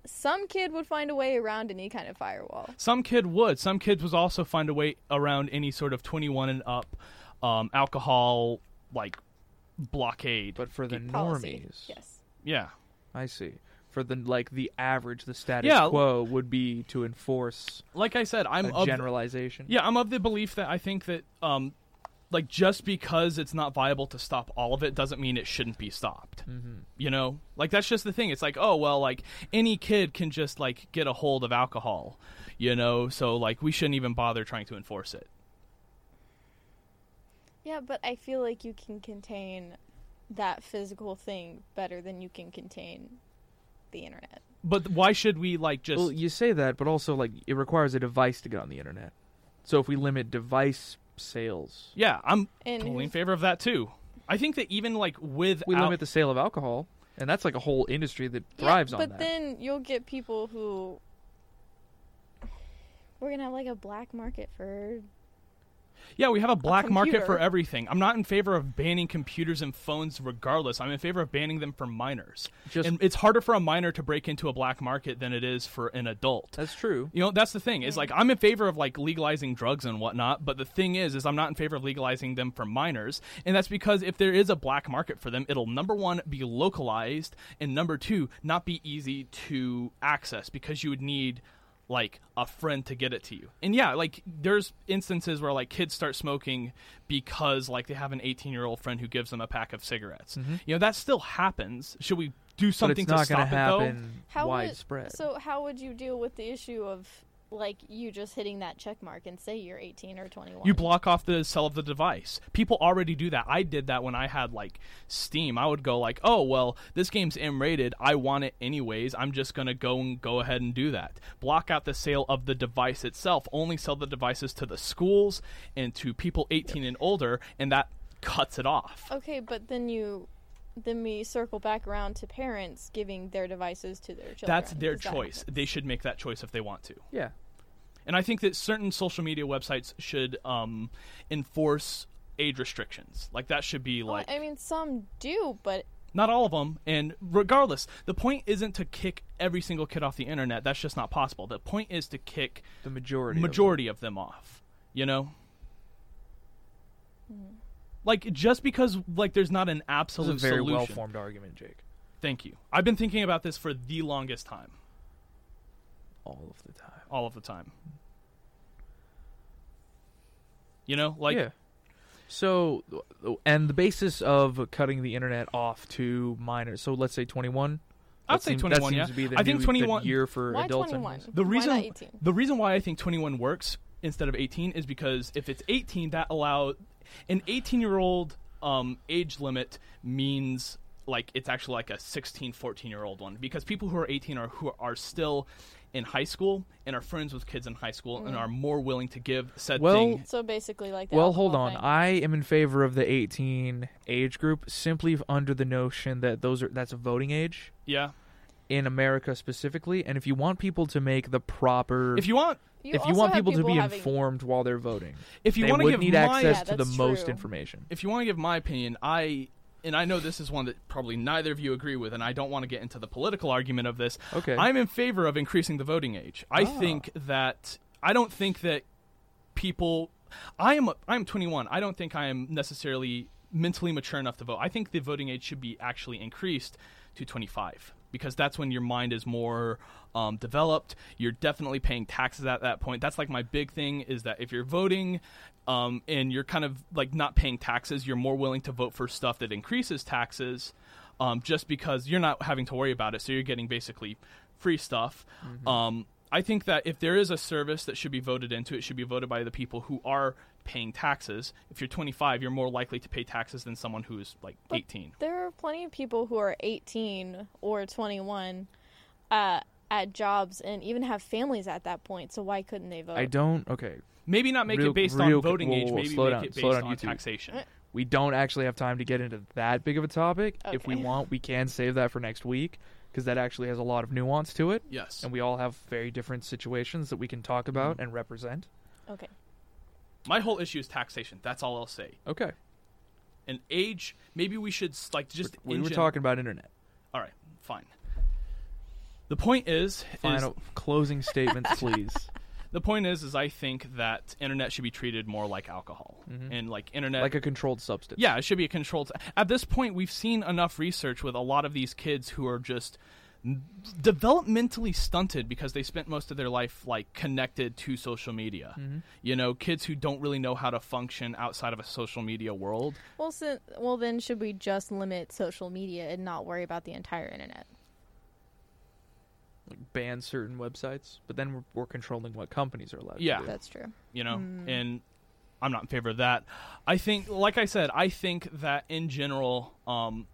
[SPEAKER 2] some kid would find a way around any kind of firewall.
[SPEAKER 5] Some kid would. Some kids was also find a way around any sort of 21 and up
[SPEAKER 3] um, alcohol like blockade.
[SPEAKER 1] But for the
[SPEAKER 2] Policy.
[SPEAKER 1] normies,
[SPEAKER 2] Yes.
[SPEAKER 3] yeah,
[SPEAKER 1] I see. For the like the average, the status
[SPEAKER 3] Yeah.
[SPEAKER 1] quo would be to enforce
[SPEAKER 3] like I said, I'm
[SPEAKER 1] a
[SPEAKER 3] of
[SPEAKER 1] generalization.
[SPEAKER 3] Yeah, I'm of the belief that I think that um like just because it's not viable to stop all of it doesn't mean it shouldn't be stopped.
[SPEAKER 1] Mhm.
[SPEAKER 3] You know? Like that's just the thing. It's like, oh, well, like any kid can just like get a hold of alcohol, you know? So like we shouldn't even bother trying to enforce it.
[SPEAKER 2] Yeah, but I feel like you can contain that physical thing better than you can contain the internet.
[SPEAKER 3] But why should we like just
[SPEAKER 1] Well, you say that, but also like it requires a device to get on the internet. So if we limit device sales,
[SPEAKER 3] Yeah, I'm
[SPEAKER 2] And
[SPEAKER 3] totally in
[SPEAKER 2] who's-
[SPEAKER 3] favor of that too. I think that even like with
[SPEAKER 1] we limit the sale of alcohol, and that's like a whole industry that
[SPEAKER 2] Yeah,
[SPEAKER 1] thrives on
[SPEAKER 2] but
[SPEAKER 1] that.
[SPEAKER 2] then you'll get people who we're gonna have like a black market for
[SPEAKER 3] Yeah, we have a black market for
[SPEAKER 2] computer.
[SPEAKER 3] everything. I'm not in favor of banning computers and phones regardless. I'm in favor of banning them for minors.
[SPEAKER 1] Just-
[SPEAKER 3] and it's harder for a minor to break into a black market than it is for an adult.
[SPEAKER 1] that's true.
[SPEAKER 3] You know, that's the thing. Is like I'm in favor of like legalizing drugs and whatnot, but the thing is, is I'm not in favor of legalizing them for minors, and that's because if there is a black market for them, it'll number one be localized, and number two not be easy to access because you would need like a friend to get it to you. And yeah, like there's instances where like kids start smoking because like they have an 18 year old friend who gives them a pack of cigarettes. You know, that still happens. Should we do
[SPEAKER 1] Mm-hmm. But
[SPEAKER 3] something
[SPEAKER 1] it's not
[SPEAKER 3] to
[SPEAKER 1] going to
[SPEAKER 3] stop it though?
[SPEAKER 1] happen
[SPEAKER 2] how would-
[SPEAKER 1] widespread.
[SPEAKER 2] so how would you deal with the issue of like you just hitting that check mark and say you're 18 or 21?
[SPEAKER 3] You block off the cell of the device. People already do that. I did that when I had like Steam. I would go like, "Oh well, this game's M rated. I want it anyways. I'm just gonna go and go ahead and do that." Block out the sale of the device itself. Only sell the devices to the schools and to people 18 and older, and that cuts it off.
[SPEAKER 2] Okay, but then you then we circle back around to parents giving their devices to their children.
[SPEAKER 3] That's their
[SPEAKER 2] Does that
[SPEAKER 3] choice.
[SPEAKER 2] happen?
[SPEAKER 3] They should make that choice if they want to.
[SPEAKER 1] yeah,
[SPEAKER 3] And I think that certain social media websites should um, enforce age restrictions. Like that should be
[SPEAKER 2] Well,
[SPEAKER 3] like
[SPEAKER 2] I mean, some do, but
[SPEAKER 3] Not all of them. And regardless, the point isn't to kick every single kid off the internet. That's just not possible. The point is to kick
[SPEAKER 1] the majority. of
[SPEAKER 3] majority of them off. You know? Like just because like there's not an
[SPEAKER 1] them. This
[SPEAKER 3] absolute
[SPEAKER 1] is a very
[SPEAKER 3] solution.
[SPEAKER 1] well formed argument, Jake.
[SPEAKER 3] Thank you. I've been thinking about this for the longest time,
[SPEAKER 1] All of the time.
[SPEAKER 3] all of the time. You know, like
[SPEAKER 1] yeah. So, and the basis of cutting the internet off to minors. So let's say twenty-one.
[SPEAKER 3] I'd
[SPEAKER 1] That
[SPEAKER 3] say
[SPEAKER 1] seems-
[SPEAKER 3] 21,
[SPEAKER 1] That
[SPEAKER 3] yeah.
[SPEAKER 1] seems to be the
[SPEAKER 3] I think
[SPEAKER 1] new- the
[SPEAKER 3] 21
[SPEAKER 1] year for
[SPEAKER 2] why
[SPEAKER 1] adults.
[SPEAKER 2] 21?
[SPEAKER 1] And
[SPEAKER 3] The reason
[SPEAKER 2] why not 18?
[SPEAKER 3] the reason why I think 21 works instead of 18 is because if it's 18, that allow an 18 year old um, age limit means like it's actually like a 16, 14 year old one because people who are 18 are who are still in high school and are friends with kids in high school
[SPEAKER 2] Mm.
[SPEAKER 3] and are more willing to give said
[SPEAKER 1] Well,
[SPEAKER 3] thing.
[SPEAKER 2] So basically, like the
[SPEAKER 1] well, hold
[SPEAKER 2] alcohol
[SPEAKER 1] on.
[SPEAKER 2] thing.
[SPEAKER 1] I am in favor of the 18 age group simply under the notion that those are that's a voting age
[SPEAKER 3] Yeah.
[SPEAKER 1] in America specifically. And if you want people to make the proper,
[SPEAKER 3] If you want,
[SPEAKER 2] You
[SPEAKER 1] if you
[SPEAKER 2] also
[SPEAKER 1] want
[SPEAKER 2] have
[SPEAKER 1] people, to be
[SPEAKER 2] having-
[SPEAKER 1] informed while they're voting,
[SPEAKER 3] if you
[SPEAKER 1] they
[SPEAKER 3] want
[SPEAKER 1] would
[SPEAKER 3] to give
[SPEAKER 1] need
[SPEAKER 3] my
[SPEAKER 1] access
[SPEAKER 2] Yeah,
[SPEAKER 1] to the
[SPEAKER 2] that's
[SPEAKER 1] most
[SPEAKER 2] true.
[SPEAKER 1] information.
[SPEAKER 3] if you want to give my opinion, I and I know this is one that probably neither of you agree with, and I don't want to get into the political argument of this.
[SPEAKER 1] Okay.
[SPEAKER 3] I'm in favor of increasing the voting age. I think that I don't think that people. I am I am 21. I don't think I am necessarily mentally mature enough to vote. I think the voting age should be actually increased to 25 because that's when your mind is more um, developed. You're definitely paying taxes at that point. That's like my big thing is that if you're voting um, and you're kind of like not paying taxes, you're more willing to vote for stuff that increases taxes um, just because you're not having to worry about it. So you're getting basically free stuff. Um, I think that if there is a service that should be voted into, it should be voted by the people who are paying taxes. If you're 25, you're more likely to pay taxes than someone who is like 18.
[SPEAKER 2] There are plenty of people who are 18 or 21 uh, at jobs and even have families at that point. So why couldn't they vote?
[SPEAKER 1] I don't. Okay,
[SPEAKER 3] Maybe not make
[SPEAKER 1] Real-
[SPEAKER 3] it based
[SPEAKER 1] real-
[SPEAKER 3] on voting
[SPEAKER 1] whoa, whoa,
[SPEAKER 3] age.
[SPEAKER 1] whoa,
[SPEAKER 3] Maybe
[SPEAKER 1] slow
[SPEAKER 3] make
[SPEAKER 1] down,
[SPEAKER 3] it
[SPEAKER 1] slow
[SPEAKER 3] based
[SPEAKER 1] down,
[SPEAKER 3] on
[SPEAKER 1] you two.
[SPEAKER 3] taxation.
[SPEAKER 1] we don't actually have time to get into that big of a topic. If we
[SPEAKER 2] Okay. [laughs]
[SPEAKER 1] want, we can save that for next week because that actually has a lot of nuance to it.
[SPEAKER 3] Yes.
[SPEAKER 1] And we all have very different situations that we can talk about
[SPEAKER 2] Mm-hmm.
[SPEAKER 1] and represent.
[SPEAKER 2] Okay.
[SPEAKER 3] My whole issue is taxation. That's all I'll say.
[SPEAKER 1] Okay.
[SPEAKER 3] And age, maybe we should s- like just
[SPEAKER 1] We
[SPEAKER 3] in
[SPEAKER 1] were
[SPEAKER 3] gen-
[SPEAKER 1] talking about internet.
[SPEAKER 3] All right, fine. The point is, is
[SPEAKER 1] [laughs] Final closing statements, please.
[SPEAKER 3] the point is, is I think that internet should be treated more like alcohol and like internet
[SPEAKER 1] Mm-hmm. like a controlled substance.
[SPEAKER 3] yeah, it should be a controlled. At this point, we've seen enough research with a lot of these kids who are just n- developmentally stunted because they spent most of their life like connected to social media.
[SPEAKER 1] Mm-hmm.
[SPEAKER 3] You know, kids who don't really know how to function outside of a social media world.
[SPEAKER 2] Well, so, well, then should we just limit social media and not worry about the entire internet?
[SPEAKER 1] Like ban certain websites, but then we're, we're controlling what companies are allowed.
[SPEAKER 3] Yeah.
[SPEAKER 1] to do.
[SPEAKER 2] That's true.
[SPEAKER 3] you know and i'm not in favor of that i think like i said i think that in general um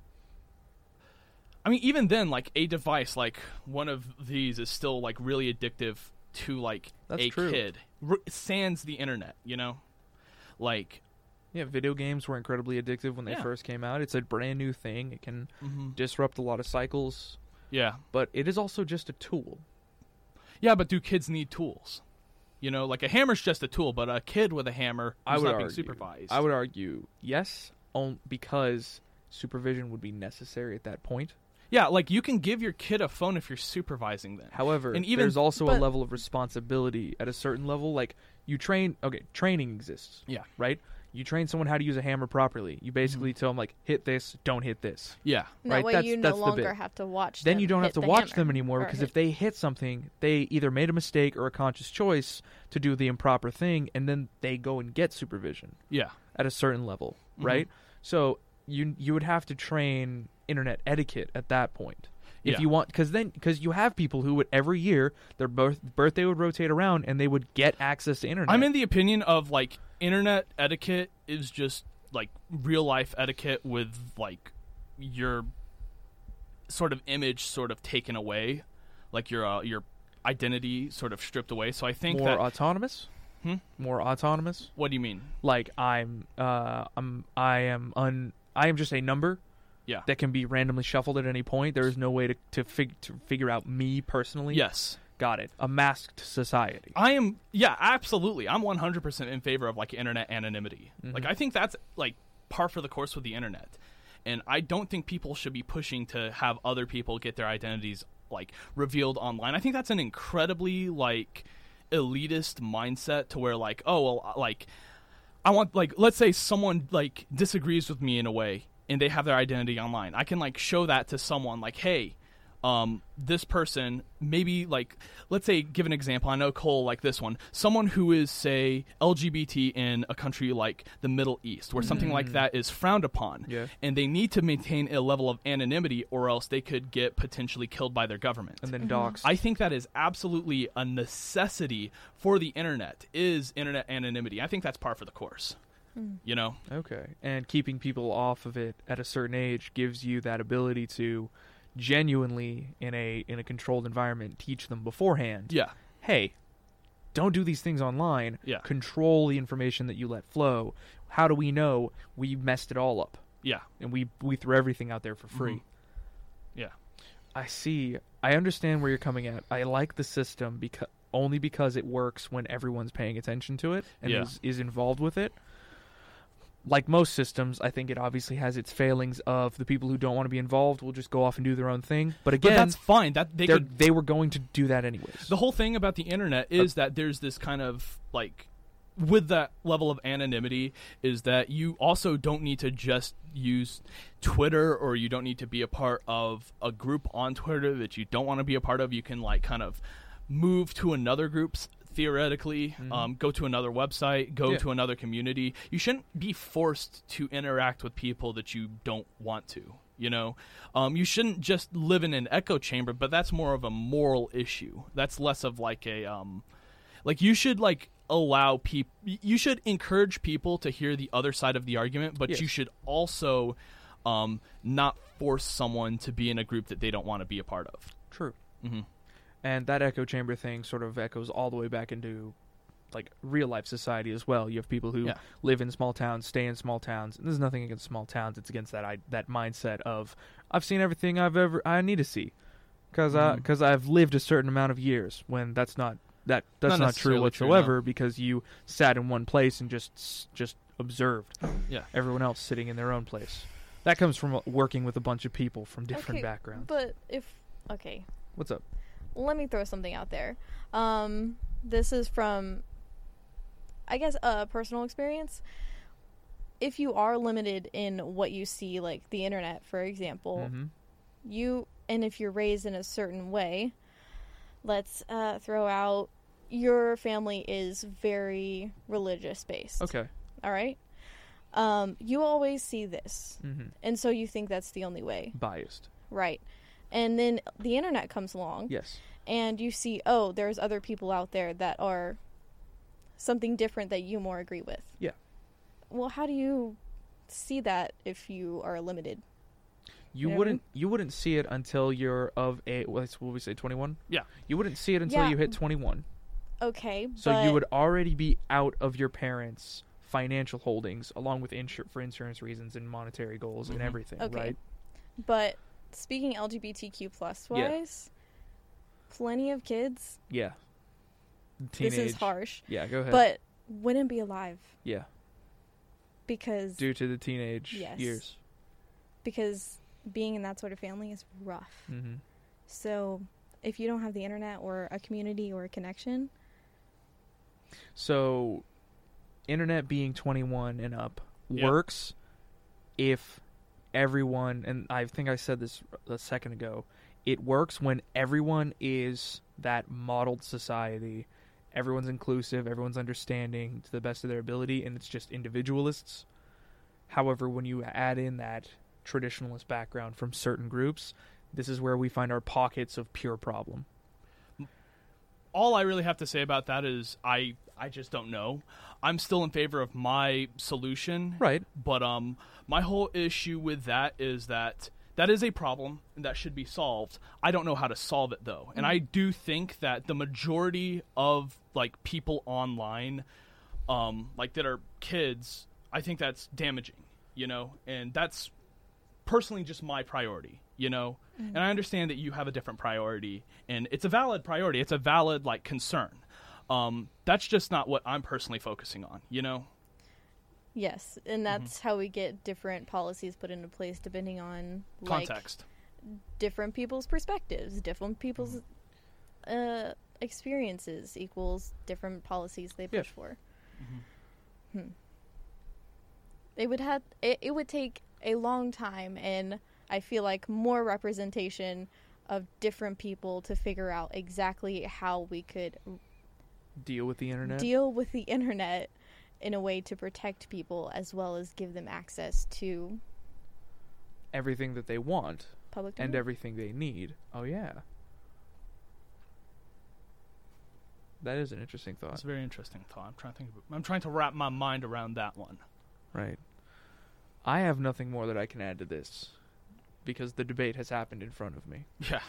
[SPEAKER 3] i mean even then like a device like one of these is still like really addictive to like
[SPEAKER 1] That's
[SPEAKER 3] a
[SPEAKER 1] true.
[SPEAKER 3] kid R- sans the internet you know like
[SPEAKER 1] yeah. Video games were incredibly addictive when they
[SPEAKER 3] Yeah.
[SPEAKER 1] first came out. It's a brand new thing. It can disrupt a lot of cycles,
[SPEAKER 3] yeah
[SPEAKER 1] but it is also just a tool.
[SPEAKER 3] yeah but do kids need tools you know like a hammer's just a tool but a kid with a hammer who's
[SPEAKER 1] I would
[SPEAKER 3] not
[SPEAKER 1] argue,
[SPEAKER 3] being supervised
[SPEAKER 1] I would argue yes, on, because supervision would be necessary at that point.
[SPEAKER 3] yeah like you can give your kid a phone if you're supervising them
[SPEAKER 1] However,
[SPEAKER 3] And even-
[SPEAKER 1] there's also a
[SPEAKER 2] but-
[SPEAKER 1] level of responsibility at a certain level. Like you train, okay, training exists,
[SPEAKER 3] yeah
[SPEAKER 1] right? You train someone how to use a hammer properly. You basically
[SPEAKER 3] Mm-hmm.
[SPEAKER 1] tell them like, hit this, don't hit this.
[SPEAKER 3] yeah
[SPEAKER 2] And that
[SPEAKER 1] Right,
[SPEAKER 2] way
[SPEAKER 1] that's-
[SPEAKER 2] you no
[SPEAKER 1] that's the
[SPEAKER 2] longer
[SPEAKER 1] bit.
[SPEAKER 2] have to watch
[SPEAKER 1] Then
[SPEAKER 2] them
[SPEAKER 1] you don't have
[SPEAKER 2] hit
[SPEAKER 1] to
[SPEAKER 2] the
[SPEAKER 1] watch
[SPEAKER 2] hammer
[SPEAKER 1] them anymore
[SPEAKER 2] or
[SPEAKER 1] because
[SPEAKER 2] hit-
[SPEAKER 1] if they hit something, they either made a mistake or a conscious choice to do the improper thing, and then they go and get supervision
[SPEAKER 3] yeah
[SPEAKER 1] at a certain level,
[SPEAKER 3] Mm-hmm.
[SPEAKER 1] right? So you you would have to train internet etiquette at that point. If
[SPEAKER 3] Yeah.
[SPEAKER 1] you want, because then because you have people who would every year their birth, birthday would rotate around and they would get access to internet.
[SPEAKER 3] I'm in the opinion of like internet etiquette is just like real life etiquette with like your sort of image sort of taken away, like your uh, your identity sort of stripped away. So I think
[SPEAKER 1] more
[SPEAKER 3] that
[SPEAKER 1] autonomous,
[SPEAKER 3] Hmm?
[SPEAKER 1] more autonomous.
[SPEAKER 3] what do you mean?
[SPEAKER 1] Like I'm, uh, I'm, I am un, I am just a number.
[SPEAKER 3] Yeah.
[SPEAKER 1] that can be randomly shuffled at any point. There is no way to to, fig- to figure out me personally.
[SPEAKER 3] Yes.
[SPEAKER 1] got it. A masked society.
[SPEAKER 3] I am yeah, absolutely. I'm 100% in favor of like internet anonymity. Like I think that's like par for the course with the internet. And I don't think people should be pushing to have other people get their identities like revealed online. I think that's an incredibly like elitist mindset to where like, oh, well like I want like let's say someone like disagrees with me in a way and they have their identity online. I can like show that to someone like, hey, um, this person maybe like let's say give an example. I know Cole like this one. Someone who is say LGBT in a country like the Middle East where something like that is frowned upon.
[SPEAKER 1] Mm. Yeah.
[SPEAKER 3] And they need to maintain a level of anonymity or else they could get potentially killed by their government.
[SPEAKER 1] And then docs.
[SPEAKER 3] I think that is absolutely a necessity for the internet is internet anonymity. I think that's par for the course. You know,
[SPEAKER 1] Okay. And keeping people off of it at a certain age gives you that ability to genuinely in a in a controlled environment teach them beforehand.
[SPEAKER 3] yeah,
[SPEAKER 1] Hey, don't do these things online.
[SPEAKER 3] Yeah.
[SPEAKER 1] Control the information that you let flow. How do we know we messed it all up
[SPEAKER 3] yeah,
[SPEAKER 1] and we we threw everything out there for free?
[SPEAKER 3] Mm-hmm. yeah,
[SPEAKER 1] I see. I understand where you're coming at. I like the system because only because it works when everyone's paying attention to it and
[SPEAKER 3] Yeah.
[SPEAKER 1] is, is involved with it. Like most systems, I think it obviously has its failings of the people who don't want to be involved will just go off and do their own thing. But
[SPEAKER 3] But
[SPEAKER 1] again,
[SPEAKER 3] that's fine. That they
[SPEAKER 1] they're-
[SPEAKER 3] could.
[SPEAKER 1] they were going to do that anyways.
[SPEAKER 3] The whole thing about the internet is that there's this kind of like, with that level of anonymity, is that you also don't need to just use Twitter or you don't need to be a part of a group on Twitter that you don't want to be a part of. You can like kind of move to another group's theoretically um, go to another website go
[SPEAKER 1] Yeah.
[SPEAKER 3] to another community you shouldn't be forced to interact with people that you don't want to you know um, you shouldn't just live in an echo chamber but that's more of a moral issue that's less of like a um, like you should like allow people you should encourage people to hear the other side of the argument but
[SPEAKER 1] Yes.
[SPEAKER 3] you should also um, not force someone to be in a group that they don't want to be a part of
[SPEAKER 1] True.
[SPEAKER 3] Mhm.
[SPEAKER 1] And that echo chamber thing sort of echoes all the way back into like real life society as well. You have people who
[SPEAKER 3] Yeah.
[SPEAKER 1] live in small towns, stay in small towns, and there's nothing against small towns. It's against that I- that mindset of I've seen everything I've ever I need to see because
[SPEAKER 3] Mm-hmm.
[SPEAKER 1] because I've lived a certain amount of years when that's not that that's not, true
[SPEAKER 3] necessarily true, no.
[SPEAKER 1] whatsoever because you sat in one place and just just observed
[SPEAKER 3] Yeah.
[SPEAKER 1] everyone else sitting in their own place. That comes from uh, working with a bunch of people from different
[SPEAKER 2] Okay,
[SPEAKER 1] backgrounds.
[SPEAKER 2] But if okay,
[SPEAKER 1] What's up?
[SPEAKER 2] let me throw something out there. Um, this is from I guess a personal experience. If you are limited in what you see like the internet, for example,
[SPEAKER 1] hmm
[SPEAKER 2] you and if you're raised in a certain way let's uh, throw out your family is very religious based
[SPEAKER 1] Okay.
[SPEAKER 2] all right um, you always see this
[SPEAKER 1] hmm
[SPEAKER 2] and so you think that's the only way
[SPEAKER 1] Biased.
[SPEAKER 2] right and then the internet comes along
[SPEAKER 1] Yes.
[SPEAKER 2] and you see oh there's other people out there that are something different that you more agree with
[SPEAKER 1] Yeah.
[SPEAKER 2] well how do you see that if you are limited
[SPEAKER 1] You
[SPEAKER 2] You know what I
[SPEAKER 1] wouldn't you wouldn't see it until you're of a well, that's what we say twenty one.
[SPEAKER 3] Yeah.
[SPEAKER 1] You wouldn't see it until
[SPEAKER 2] Yeah.
[SPEAKER 1] you hit twenty one.
[SPEAKER 2] okay
[SPEAKER 1] So
[SPEAKER 2] but
[SPEAKER 1] you would already be out of your parents' financial holdings, along with insur- for insurance reasons and monetary goals and
[SPEAKER 3] Mhm.
[SPEAKER 1] everything,
[SPEAKER 2] Okay.
[SPEAKER 1] right?
[SPEAKER 2] But speaking LGBTQ plus
[SPEAKER 1] Yeah.
[SPEAKER 2] wise, plenty of kids.
[SPEAKER 1] Yeah.
[SPEAKER 2] This is harsh,
[SPEAKER 1] Yeah, go ahead.
[SPEAKER 2] but wouldn't be alive
[SPEAKER 1] yeah,
[SPEAKER 2] because
[SPEAKER 1] due to the teenage
[SPEAKER 2] Yes.
[SPEAKER 1] years.
[SPEAKER 2] because being in that sort of family is rough.
[SPEAKER 1] hmm
[SPEAKER 2] So if you don't have the internet or a community or a connection,
[SPEAKER 1] So, internet being 21 and up
[SPEAKER 3] Yeah.
[SPEAKER 1] works if everyone, and I think I said this a second ago, it works when everyone is that modeled society. Everyone's inclusive, everyone's understanding to the best of their ability, and it's just individualists. However, when you add in that traditionalist background from certain groups, this is where we find our pockets of pure problem.
[SPEAKER 3] all I really have to say about that is I I just don't know. I'm still in favor of my solution.
[SPEAKER 1] Right.
[SPEAKER 3] But um my whole issue with that is that that is a problem and that should be solved. I don't know how to solve it though. And I do think that the majority of like people online um like that are kids, I think that's damaging, you know? And that's personally just my priority, you know? And I understand that you have a different priority, and it's a valid priority. It's a valid, like, concern. Um, that's just not what I'm personally focusing on, you know?
[SPEAKER 2] yes, and that's how we get different policies put into place depending on like
[SPEAKER 3] Context.
[SPEAKER 2] different people's perspectives, different people's uh, experiences equals different policies they
[SPEAKER 1] Yeah.
[SPEAKER 2] push for. Hmm. It would have it, it would take a long time, and I feel like more representation of different people to figure out exactly how we could
[SPEAKER 1] Deal with the internet.
[SPEAKER 2] deal with the internet in a way to protect people as well as give them access to
[SPEAKER 1] everything that they want.
[SPEAKER 2] public
[SPEAKER 1] and
[SPEAKER 2] domain.
[SPEAKER 1] everything they need. Oh yeah. That is an interesting
[SPEAKER 3] It's
[SPEAKER 1] thought.
[SPEAKER 3] a very interesting thought. I'm trying to think. Of, I'm trying to wrap my mind around that one. [laughs]
[SPEAKER 1] Right. I have nothing more that I can add to this because the debate has happened in front
[SPEAKER 2] [laughs]
[SPEAKER 1] of me.
[SPEAKER 3] Yeah.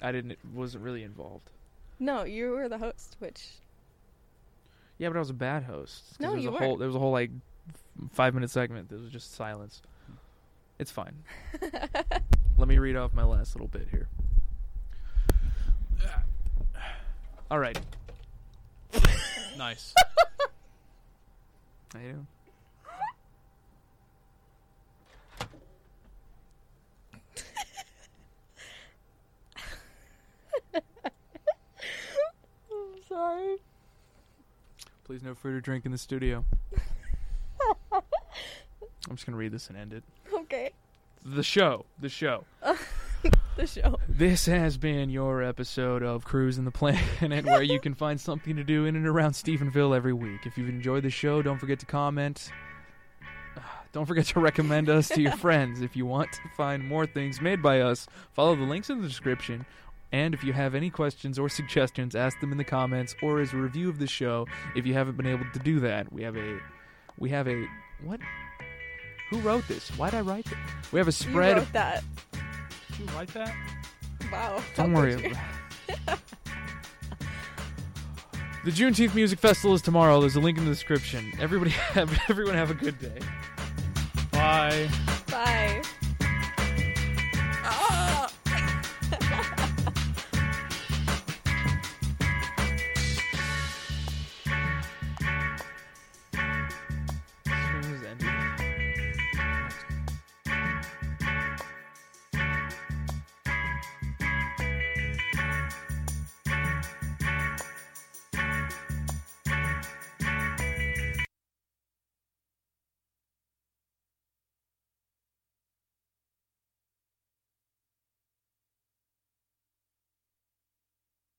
[SPEAKER 1] I didn't wasn't really involved.
[SPEAKER 2] no you were the host which
[SPEAKER 1] Yeah, but I was a bad host. 'cause
[SPEAKER 2] No,
[SPEAKER 1] there was
[SPEAKER 2] you
[SPEAKER 1] a whole there was a whole like 5-minute segment that was just silence. It's
[SPEAKER 2] [laughs]
[SPEAKER 1] fine. Let me read off my last little bit here. All right.
[SPEAKER 3] nice.
[SPEAKER 1] I do.
[SPEAKER 2] I'm sorry
[SPEAKER 1] Please no fruit or drink in the studio. I'm just going to read this and end it.
[SPEAKER 2] okay
[SPEAKER 1] The show. The show.
[SPEAKER 2] the show
[SPEAKER 1] [laughs] This has been your episode of Cruise in the Planet, where you can find something to do in and around Stephenville every week. If you've enjoyed the show, don't forget to comment. [sighs] Don't forget to recommend us to
[SPEAKER 2] [laughs]
[SPEAKER 1] your friends. If you want to find more things made by us, follow the links in the description. And if you have any questions or suggestions, ask them in the comments or as a review of the show. If you haven't been able to do that, we have a, we have a what? Who wrote this? Why'd I write it? We have a spread
[SPEAKER 2] you
[SPEAKER 1] of
[SPEAKER 2] wrote that
[SPEAKER 3] Did you like that?
[SPEAKER 2] wow
[SPEAKER 1] Don't worry. about [laughs] the Juneteenth Music Festival is tomorrow. There's a link in the [laughs] description. Everybody have everyone have a good day.
[SPEAKER 3] Bye.
[SPEAKER 2] [laughs] bye Ah!